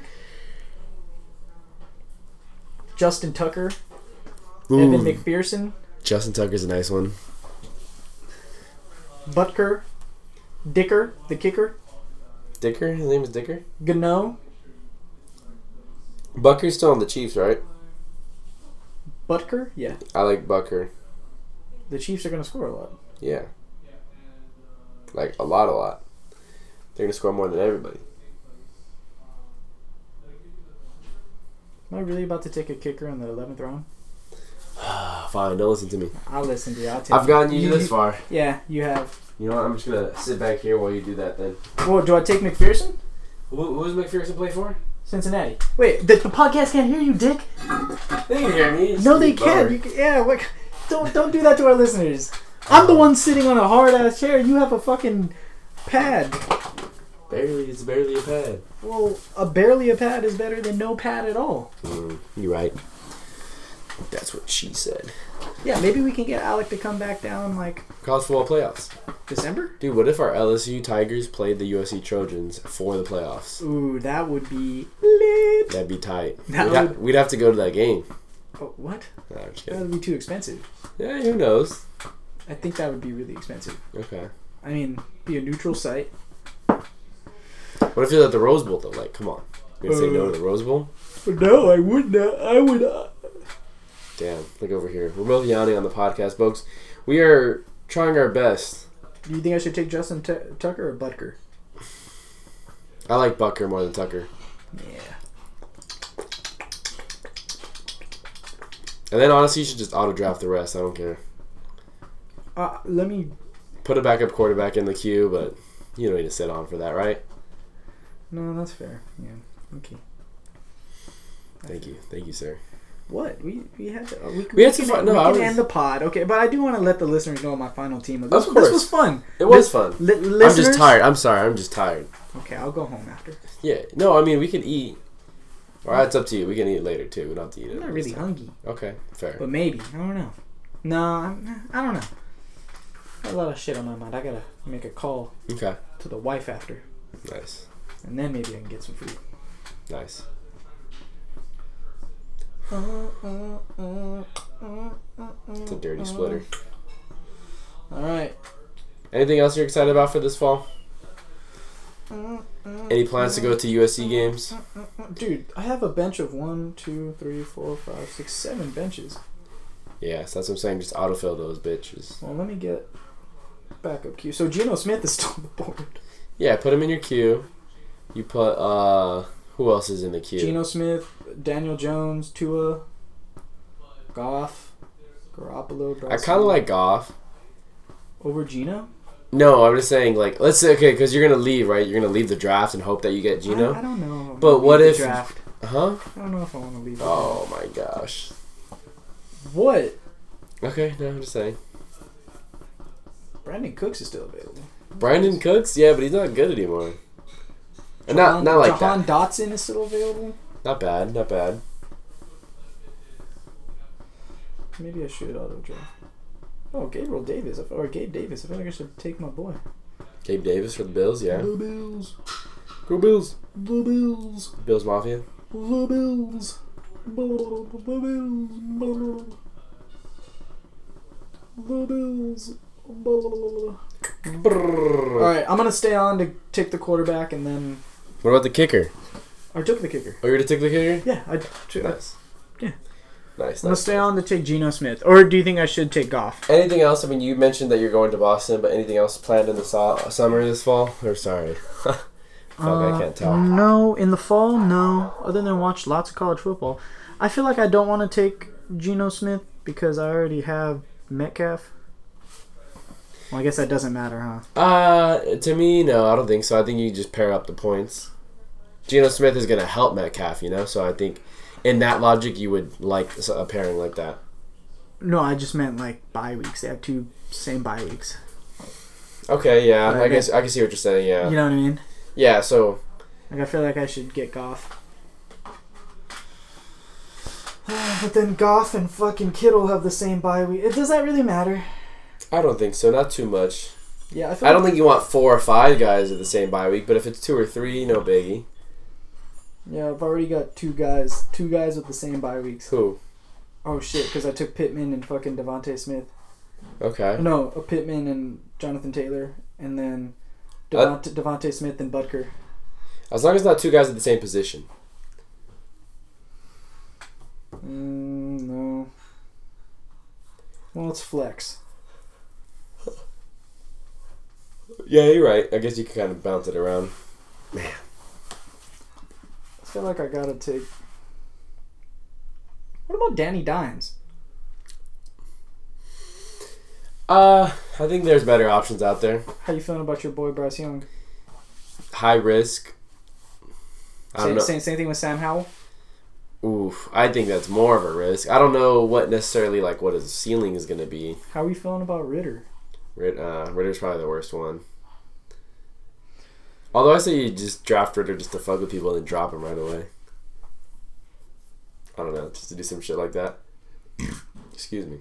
B: Justin Tucker, Evan
A: Ooh,
B: McPherson,
A: Justin Tucker's a nice one.
B: Butker, Dicker, the kicker,
A: Dicker, his name is Dicker.
B: Gano,
A: Bucker's still on the Chiefs, right?
B: Butker. Yeah,
A: I like Bucker.
B: the Chiefs are gonna score a lot.
A: Yeah, like a lot, a lot. They're gonna score more than everybody.
B: Am I really about to take a kicker in the eleventh round?
A: Ah, Fine, don't listen to me.
B: I'll listen to you. I'll take
A: I've gotten you this far.
B: Yeah, you have.
A: You know what? I'm just gonna sit back here while you do that. Then,
B: Well, do I take McPherson?
A: who, who does McPherson play for?
B: Cincinnati. Wait, the, the podcast can't hear you, Dick.
A: They can hear me. It's
B: No,
A: just
B: they
A: a bummer.
B: can. You can yeah, what, don't don't do that to our listeners. I'm the one sitting on a hard ass chair. You have a fucking pad.
A: Barely, it's barely a pad.
B: Well, a barely a pad is better than no pad at all.
A: Mm, You're right. That's what she said.
B: Yeah, maybe we can get Alec to come back down like
A: College football playoffs.
B: December.
A: Dude, what if our LSU Tigers played the USC Trojans for the playoffs?
B: Ooh, that would be lit.
A: That'd be tight.
B: That
A: we'd, ha-
B: would-
A: we'd have to go to that game.
B: Oh, what?
A: No, I'm just
B: That
A: kidding.
B: would be too expensive.
A: Yeah, who knows?
B: I think that would be really expensive.
A: Okay.
B: I mean, be a neutral site.
A: What if you're at the Rose Bowl though? Like, come on, you gonna say no to the Rose Bowl?
B: No, I would not. I would not.
A: Damn, look over here. We're both yawning on the podcast, folks. We are trying our best.
B: Do you think I should take Justin Tu- Tucker or Butker?
A: I like Bucker more than Tucker.
B: Yeah.
A: And then honestly, you should just auto draft the rest. I don't care.
B: Uh, let me.
A: Put a backup quarterback in the queue, but you don't need to sit on for that, right?
B: No, that's fair. Yeah. Okay.
A: Thank you, thank you, sir.
B: What we we had to uh, we,
A: We had to
B: can,
A: fi- no,
B: we
A: I
B: can
A: was-
B: end the pod okay but I do want to let the listeners know my final team this,
A: Of
B: this
A: course.
B: was fun
A: It was
B: This-
A: fun.
B: li-
A: I'm
B: listeners-
A: just tired. I'm sorry. I'm just tired.
B: okay I'll go home after
A: Yeah. No, I mean we could eat. All right, it's up to you. We can eat later too. We don't have to eat it.
B: I'm not
A: this
B: really
A: time.
B: hungry
A: Okay, fair.
B: but maybe I don't know no I'm, I don't know I got a lot of shit on my mind I gotta make a call
A: Okay,
B: to the wife after
A: nice,
B: and then maybe I can get some food
A: nice. It's a dirty splitter.
B: all right
A: Anything else you're excited about for this fall?
B: Uh,
A: Any plans to go to USC games?
B: dude I have a bench of one two three four five six seven benches
A: Yes, that's what I'm saying. Just autofill those bitches.
B: Well, let me get backup cue. So Geno Smith is still on the board.
A: Yeah, put them in your queue. You put uh, who else is in the queue?
B: Geno Smith, Daniel Jones, Tua, Goff, Garoppolo.
A: I kind of like Goff.
B: over Geno.
A: No, I'm just saying like let's say okay because you're gonna leave right. You're gonna leave the draft and hope that you get
B: I, I
A: Gino.
B: don't know.
A: But what
B: Leave
A: if-
B: the draft?
A: Huh?
B: I don't know if I want to leave. the draft.
A: Oh my gosh.
B: What?
A: Okay, no, I'm just saying.
B: Brandon Cooks is still available.
A: Brandon Cooks, yeah, but he's not good anymore. And not not like
B: Jahan
A: that.
B: Dotson is still available.
A: Not bad. Not bad.
B: Maybe I should auto draft. Oh, Gabriel Davis. I feel- Or Gabe Davis. I feel like I should take my boy.
A: Gabe Davis for the Bills, yeah.
B: The Bills.
A: Go Bills.
B: The Bills.
A: Bills Mafia.
B: The Bills. The Bills. The Bills. Mm-hmm. All
A: Brrr.
B: right, I'm gonna stay on to take the quarterback, and then
A: What about the kicker?
B: I took the kicker.
A: Oh, you're gonna take the kicker?
B: Yeah, I took. I'm
A: Nice.
B: Yeah.
A: Nice.
B: gonna
A: nice.
B: stay on to take Geno Smith, or do you think I should take Goff?
A: Anything else? I mean, you mentioned that you're going to Boston, but anything else planned in the so- summer this fall? Or sorry, fuck, I can't tell.
B: Uh, No, in the fall, no. Other than watch lots of college football, I feel like I don't want to take Geno Smith because I already have Metcalf. Well, I guess that doesn't matter, huh?
A: Uh, to me, no, I don't think so. I think you just pair up the points. Geno Smith is gonna help Metcalf, you know. So I think, in that logic, you would like s- a pairing like that.
B: No, I just meant like bye weeks. They have two same bye weeks.
A: Okay, yeah,
B: Right,
A: I guess I can see what you're saying. Yeah,
B: You know what I mean?
A: yeah. So
B: Like I feel like I should get Goff. but then Goff and fucking Kittle have the same bye week. It- Does that really matter?
A: I don't think so. Not too much.
B: Yeah, feel
A: I don't think you want four or five guys at the same bye week, but if it's two or three, no biggie.
B: Yeah, I've already got two guys, two guys with the same bye weeks.
A: Who?
B: Oh shit, because I took Pittman and fucking Devonte Smith.
A: Okay.
B: No, uh, Pittman and Jonathan Taylor, and then
A: Uh,
B: Devonte, Devonte Smith and Butker.
A: As long as not two guys at the same position.
B: Mm, no. Well, it's flex.
A: Yeah, you're right. I guess you can kind of bounce it around.
B: I feel like I gotta take. What about Danny Dimes?
A: Uh, I think there's better options out there.
B: How you feeling about your boy Bryce Young?
A: High risk. I don't
B: Same,
A: know.
B: same, same thing with Sam Howell.
A: Oof, I think that's more of a risk. I don't know what necessarily like what his ceiling is going to be.
B: How are you feeling about Ritter?
A: Rit- uh, Ritter's probably the worst one. Although I say you just draft Ritter just to fuck with people and then drop him right away. I don't know, just to do some shit like that. Excuse me.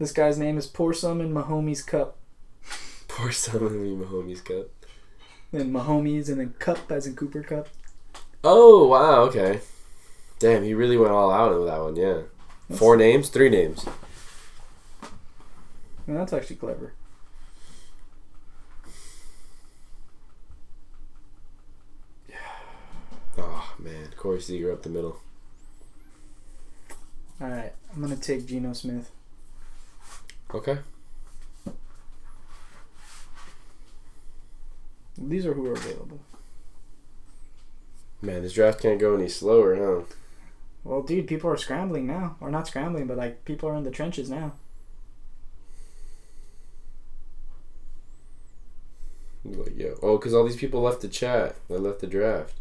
B: This guy's name is Pour Some in Mahomes Cup.
A: Pour some of me Mahomes cup.
B: Then Mahomes and then Cup as in Cooper Cup.
A: Oh wow, okay. Damn, he really went all out with that one. Yeah, four names, three names.
B: Well, that's actually clever.
A: Oh man, Corey Seager up the middle.
B: All right, I'm gonna take Geno Smith.
A: Okay.
B: These are who are available.
A: Man, this draft can't go any slower, huh?
B: Well, dude, people are scrambling now, or not scrambling, but like people are in the trenches now.
A: Like, yo. Oh, because all these people left the chat. They left the draft.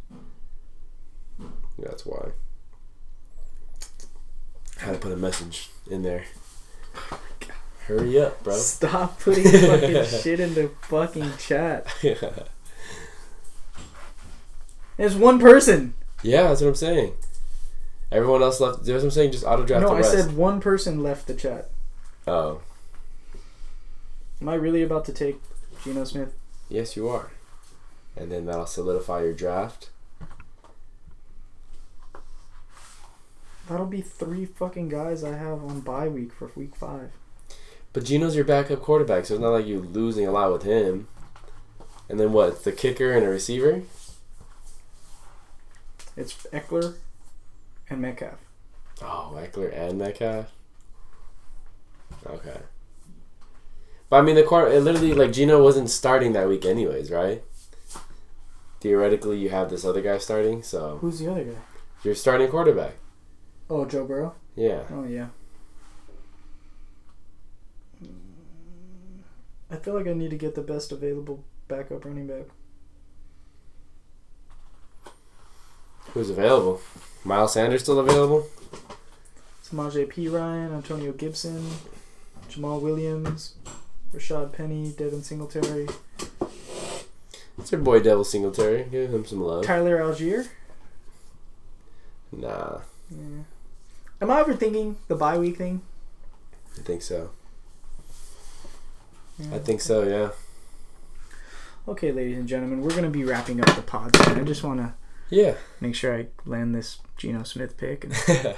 A: That's why. Had to put a message in there. Hurry up, bro.
B: Stop putting fucking shit in the fucking chat.
A: yeah,
B: There's one person.
A: that's what I'm saying. Everyone else left. That's what I'm saying. Just auto draft
B: no,
A: the
B: I
A: rest.
B: said one person left the chat.
A: oh,
B: Am I really about to take Geno Smith?
A: yes, you are. And then that'll solidify your draft.
B: That'll be three fucking guys I have on bye week for week five.
A: But Gino's your backup quarterback, so it's not like you're losing a lot with him. And then what? It's the kicker and a receiver.
B: It's Eckler and Metcalf.
A: Oh, Eckler and Metcalf. Okay. But I mean, the car it literally like Gino wasn't starting that week, anyways, right? Theoretically, you have this other guy starting, so
B: Who's the other guy?
A: you're starting quarterback.
B: Oh, Joe Burrow.
A: Yeah.
B: Oh yeah. Mm, I feel like I need to get the best available backup running back.
A: Who's available? Miles Sanders still available?
B: Samaje P. Ryan, Antonio Gibson, Jamal Williams, Rashad Penny, Devin Singletary,
A: It's your boy Devil Singletary. Give him some love.
B: Tyler Algier.
A: Nah,
B: Yeah. Am I overthinking the bye week thing?
A: I think so.
B: Yeah.
A: I think so. Yeah.
B: Okay, ladies and gentlemen, we're going to be wrapping up the pod. soon. I just want to
A: Yeah.
B: make sure I land this Geno Smith pick. And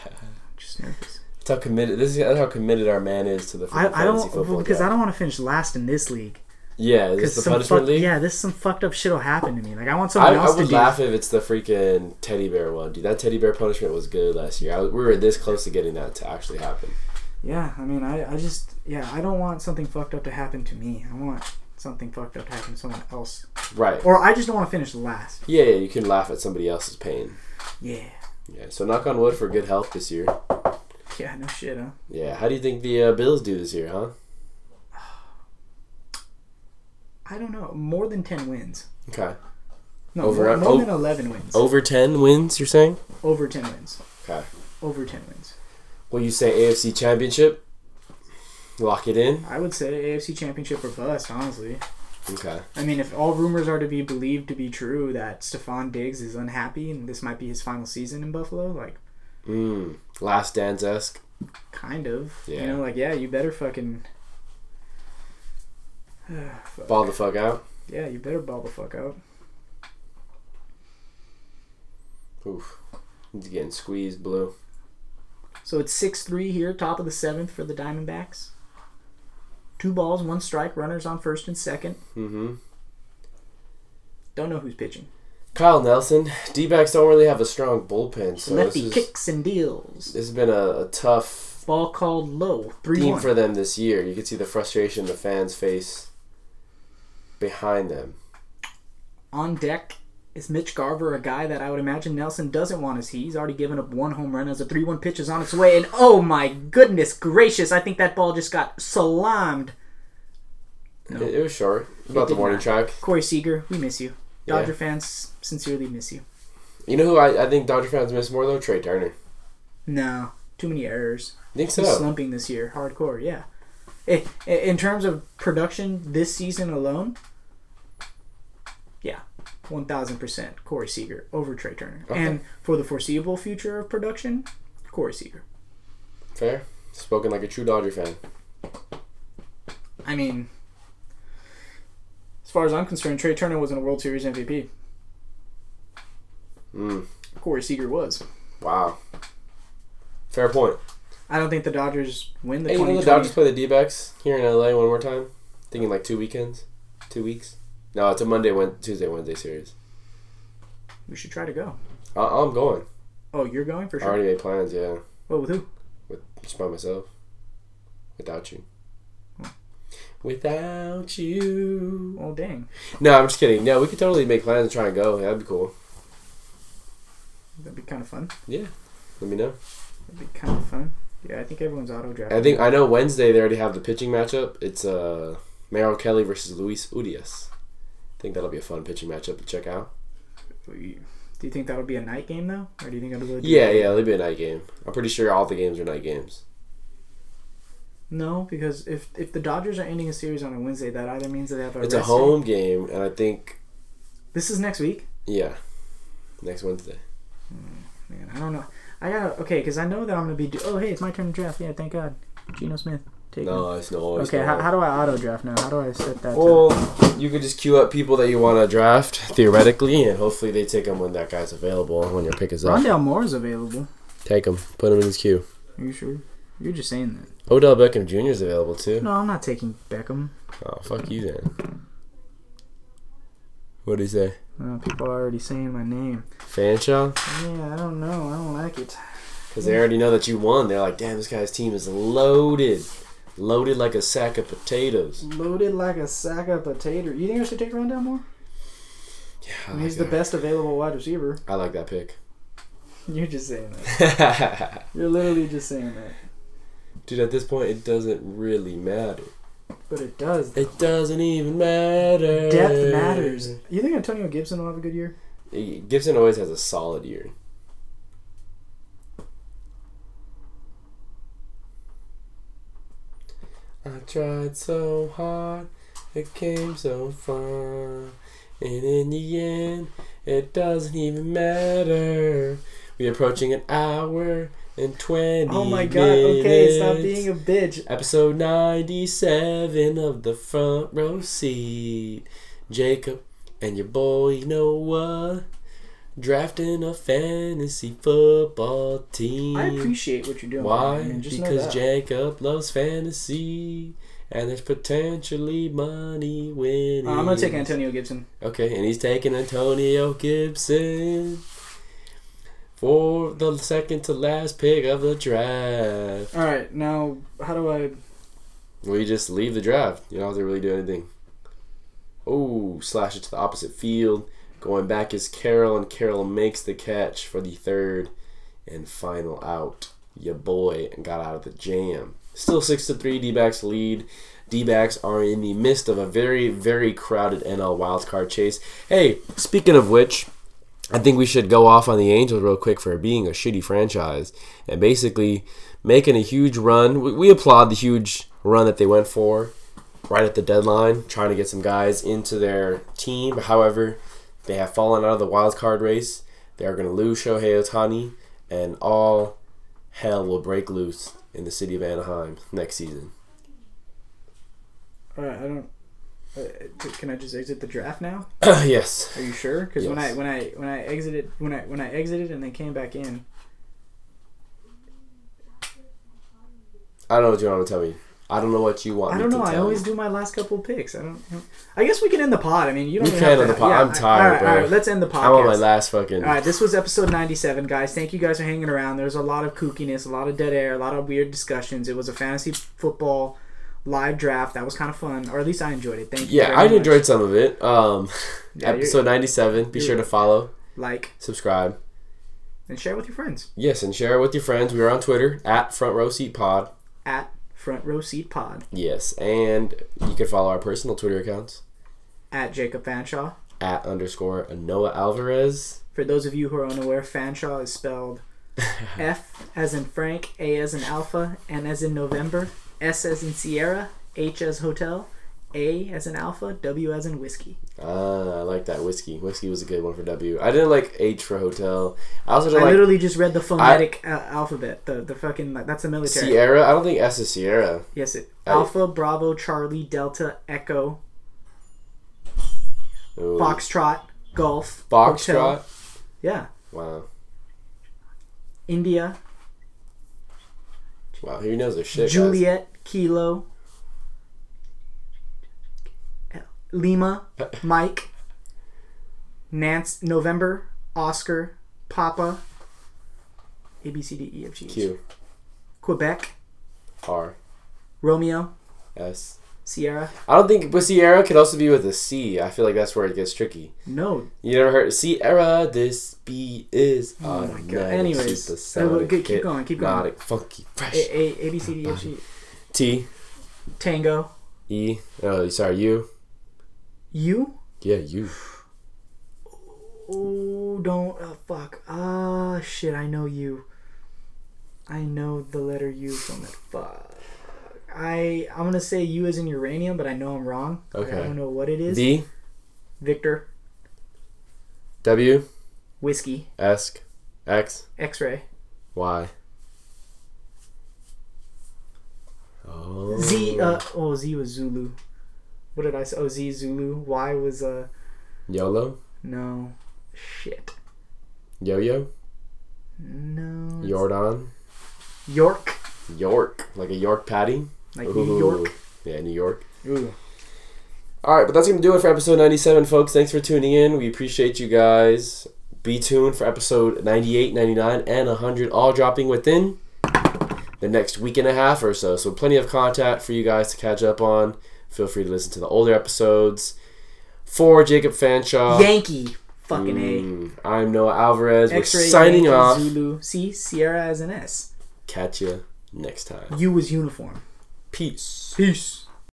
B: just nervous.
A: That's how committed. This is that's how committed our man is to the
B: I,
A: fucking
B: I
A: fantasy
B: don't
A: football.
B: because
A: guy.
B: I don't want to finish last in this league.
A: yeah, is
B: Because
A: this the
B: some
A: punishment
B: fuck,
A: league?
B: yeah, this some fucked up shit will happen to me. Like I
A: I,
B: want someone
A: I
B: else to
A: would
B: do.
A: laugh if it's the freaking teddy bear one, dude. That teddy bear punishment was good last year. I, we were this close to getting that to actually happen.
B: Yeah, I mean, I, I just yeah, I don't want something fucked up to happen to me. I want something fucked up to happen to someone else,
A: Right.
B: or I just don't want to finish last.
A: Yeah, yeah, you can laugh at somebody else's pain.
B: Yeah,
A: Yeah, so knock on wood for good health this year.
B: yeah, no shit, huh?
A: Yeah, how do you think the uh, Bills do this year, huh?
B: I don't know. More than ten wins.
A: Okay.
B: No,
A: Over- oh.
B: more, more
A: o-
B: than eleven wins.
A: Over 10 wins, you're saying?
B: Over ten wins.
A: Okay.
B: Over ten wins.
A: Will you say AFC Championship? Lock it in?
B: I would say AFC Championship or bust. Honestly,
A: Okay.
B: I mean, if all rumors are to be believed to be true that Stephon Diggs is unhappy and this might be his final season in Buffalo, like.
A: Mm. Last dance esque.
B: Kind of.
A: Yeah.
B: You know, like yeah, you better fucking. Fuck.
A: Ball the fuck out.
B: Yeah, you better ball the fuck out.
A: Oof. He's getting squeezed blue.
B: So it's six three here, top of the seventh for the Diamondbacks. Two balls, one strike, runners on first and second.
A: Mm hmm.
B: Don't know who's pitching.
A: Kyle Nelson. D backs don't really have a strong bullpen, so
B: Lefty
A: this, is,
B: kicks and deals.
A: this has been a, a tough
B: Ball called low. Three
A: theme
B: one.
A: for them this year. You can see the frustration in the fans' face behind them.
B: on deck is Mitch Garver, a guy that I would imagine Nelson doesn't want to see. He's already given up one home run as a 3 1 pitch is on its way. And oh my goodness gracious, I think that ball just got salamed. No.
A: It, it was short, about the
B: did
A: warning
B: not.
A: track.
B: Corey Seager, we miss you.
A: Yeah.
B: Dodger fans sincerely miss you.
A: You know who I, I think Dodger fans miss more though? Trey Turner.
B: No, too many errors.
A: I think so.
B: He's slumping this year, hardcore. Yeah. I- i- In terms of production this season alone, yeah, one thousand percent Corey Seager over Trey Turner,
A: Okay.
B: and for the foreseeable future of production, Corey Seager.
A: Fair. Spoken like a true Dodger fan.
B: I mean, as far as I'm concerned, Trey Turner wasn't a World Series MVP.
A: Mm,
B: Corey Seager was.
A: wow. Fair point.
B: I don't think the Dodgers win the
A: Hey, you know the
B: 2020.
A: Dodgers play the D backs here in LA one more time? Thinking like two weekends? Two weeks? No, it's a Monday, Wed Tuesday, Wednesday series.
B: we should try to go.
A: I- I'm going.
B: Oh, you're going for
A: I
B: sure.
A: already made plans, yeah.
B: Well, with who?
A: With just by myself. Without you. Without you.
B: Well, dang.
A: No, I'm just kidding. No, we could totally make plans and try and go. That'd be cool.
B: That'd be kind of fun.
A: Let me know.
B: That'd be kind of fun. Yeah, I think everyone's auto drafting.
A: I think I know Wednesday they already have the pitching matchup. It's uh Merrill Kelly versus Luis Urias. I think that'll be a fun pitching matchup to check out.
B: Do you think that'll be a night game though, or do you think it'll be? a day
A: Yeah,
B: game?
A: yeah, it'll be a night game. I'm pretty sure all the games are night games.
B: No, because if if the Dodgers are ending a series on a Wednesday, that either means that they have a
A: It's a
B: rest
A: home game, and I think
B: day- This is next week.
A: yeah, next Wednesday.
B: Man, I don't know. I gotta okay, because I know that I'm gonna be. Do- oh, hey, it's my turn to draft. Yeah, thank God. Geno Smith, take him.
A: No, it's no. It's
B: Mm-hmm.
A: no.
B: Okay, how, how do I auto draft now? How do I set that? to-
A: well, you could just queue up people that you want to draft theoretically, and hopefully they take them when that guy's available and when your pick is up.
B: Rondell Moore's available.
A: Take him, put him in his queue.
B: Are you sure? You're just saying that.
A: Odell Beckham Jr. is available too.
B: No, I'm not taking Beckham.
A: Oh, fuck you then. What do you say?
B: Uh, people are already saying my name.
A: Fanshaw?
B: Yeah, I don't know. I don't like it.
A: Because they already know that you won. They're like, damn, this guy's team is loaded. Loaded like a sack of potatoes.
B: Loaded like a sack of potato. You think I should take Rondell Moore?
A: Yeah, I
B: I mean,
A: like,
B: he's the
A: that.
B: best available wide receiver.
A: I like that pick.
B: You're just saying that. You're literally just saying that.
A: Dude, at this point, it doesn't really matter.
B: But it does.
A: It doesn't even matter.
B: Depth matters. You think Antonio Gibson will have a good year?
A: Gibson always has a solid year. I tried so hard, it came so far, and in the end, it doesn't even matter. We're approaching an hour and twenty.
B: Oh my god, okay, stop
A: minutes.
B: being a bitch.
A: Episode 97 of the front row seat. Jacob and your boy Noah drafting a fantasy football team.
B: I appreciate what you're doing.
A: Why?
B: I mean, just know
A: because
B: that.
A: Jacob loves fantasy and there's potentially money winning.
B: Uh, I'm gonna take Antonio Gibson.
A: Okay, and he's taking Antonio Gibson for the second to last pick of the draft.
B: All right, now how do I?
A: Well, you just leave the draft. You don't have to really do anything. Oh, slash it to the opposite field. Going back is Carroll, and Carroll makes the catch for the third and final out. Your boy got out of the jam. Still six to three. D backs lead. D backs are in the midst of a very, very crowded NL wildcard chase. Hey, speaking of which, I think we should go off on the Angels real quick for being a shitty franchise and basically making a huge run. We, we applaud the huge run that they went for right at the deadline, trying to get some guys into their team. However, they have fallen out of the wild card race. They are going to lose Shohei Otani, and all hell will break loose in the city of Anaheim next season.
B: All right, I don't. Uh, uh, can I just exit the draft now?
A: yes.
B: Are you sure? Because when I
A: Yes.
B: when I when I exited when I when I exited and then came back in,
A: I don't know what you want to tell me. I don't know what you want
B: I
A: me
B: don't know.
A: to tell
B: I always
A: you.
B: do my last couple picks. I don't. I guess we can end the pod. I mean, you don't.
A: We
B: even
A: can
B: have
A: end
B: to-
A: the pod.
B: yeah,
A: I'm
B: I-
A: tired,
B: all right, all
A: bro.
B: right, let's end the podcast.
A: I'm on my last fucking.
B: All right, this was episode 97, guys. Thank you guys for hanging around. There's a lot of kookiness, a lot of dead air, a lot of weird discussions. It was a fantasy football live draft. That was kind of fun, or at least I enjoyed it. Thank you.
A: Yeah,
B: very
A: I
B: much.
A: enjoyed some of it. Um,
B: Yeah, you're-
A: episode ninety seven. Be
B: you're-
A: sure to follow,
B: Like
A: subscribe,
B: and share with your friends
A: yes, and share it with your friends. We are on Twitter at Front Row Seat Pod.
B: at Front Row Seat Pod
A: Yes, and you can follow our personal Twitter accounts
B: at Jacob Fanshaw.
A: at underscore Noah Alvarez.
B: For those of you who are unaware, Fanshaw is spelled F as in Frank, A as in Alpha, N as in November, S as in Sierra, H as Hotel, A as in Alpha, W as in Whiskey.
A: Ah, I like that whiskey. Whiskey was a good one for W. I didn't like H for hotel. I also
B: I
A: didn't like
B: literally just read the phonetic uh, alphabet. The the fucking like, that's a military.
A: Sierra. I don't think S is Sierra.
B: Yes, it.
A: I-
B: Alpha, Bravo, Charlie, Delta, Echo,
A: Ooh.
B: Foxtrot, Golf, Hotel.
A: Foxtrot.
B: Yeah,
A: Wow.
B: India,
A: Wow. He knows his shit. guys.
B: Juliet, Kilo, Lima, Mike, Nance, November, Oscar, Papa, A B C D E F G H.
A: Q
B: Quebec,
A: R
B: Romeo,
A: S.
B: Sierra.
A: I don't think, but Sierra could also be with a C. I feel like that's where it gets tricky.
B: No.
A: You never heard Sierra? This B is
B: Oh my
A: automatic,
B: God. Anyways.
A: supersonic,
B: Uh, well, good- keep going, keep going.
A: hypnotic, funky, fresh.
B: A A A B C D E F G
A: T
B: Tango.
A: E. Oh, sorry, you.
B: You?
A: Yeah, you.
B: Oh, don't. Oh, fuck. Ah, shit. I know you. I know the letter U from it. Fuck. I I'm gonna say U is in uranium, but I know I'm wrong.
A: Okay.
B: I don't know what it is.
A: D
B: Victor,
A: W
B: whiskey,
A: S X
B: X-ray,
A: Y. Oh.
B: Z. Uh, oh, Z was Zulu. What did I say? Oh, Z Zulu. Y was uh
A: Yolo.
B: no. Shit.
A: Yo yo.
B: No. it's-
A: Jordan.
B: York.
A: York. Like a York patty.
B: Like New York.
A: Ooh. Yeah, New York.
B: Ooh.
A: All right, but that's gonna do it for episode ninety-seven, folks. Thanks for tuning in. We appreciate you guys. Be tuned for episode 98, 99, and 100, all dropping within the next week and a half or so. So, plenty of content for you guys to catch up on. Feel free to listen to the older episodes. For Jacob Fanshaw,
B: Yankee. Fucking A.
A: mm, I'm Noah Alvarez.
B: X-ray.
A: We're signing
B: Yankee,
A: off.
B: Zulu. C. Sierra as an S.
A: Catch you next time.
B: You was uniform.
A: Peace.
B: Peace.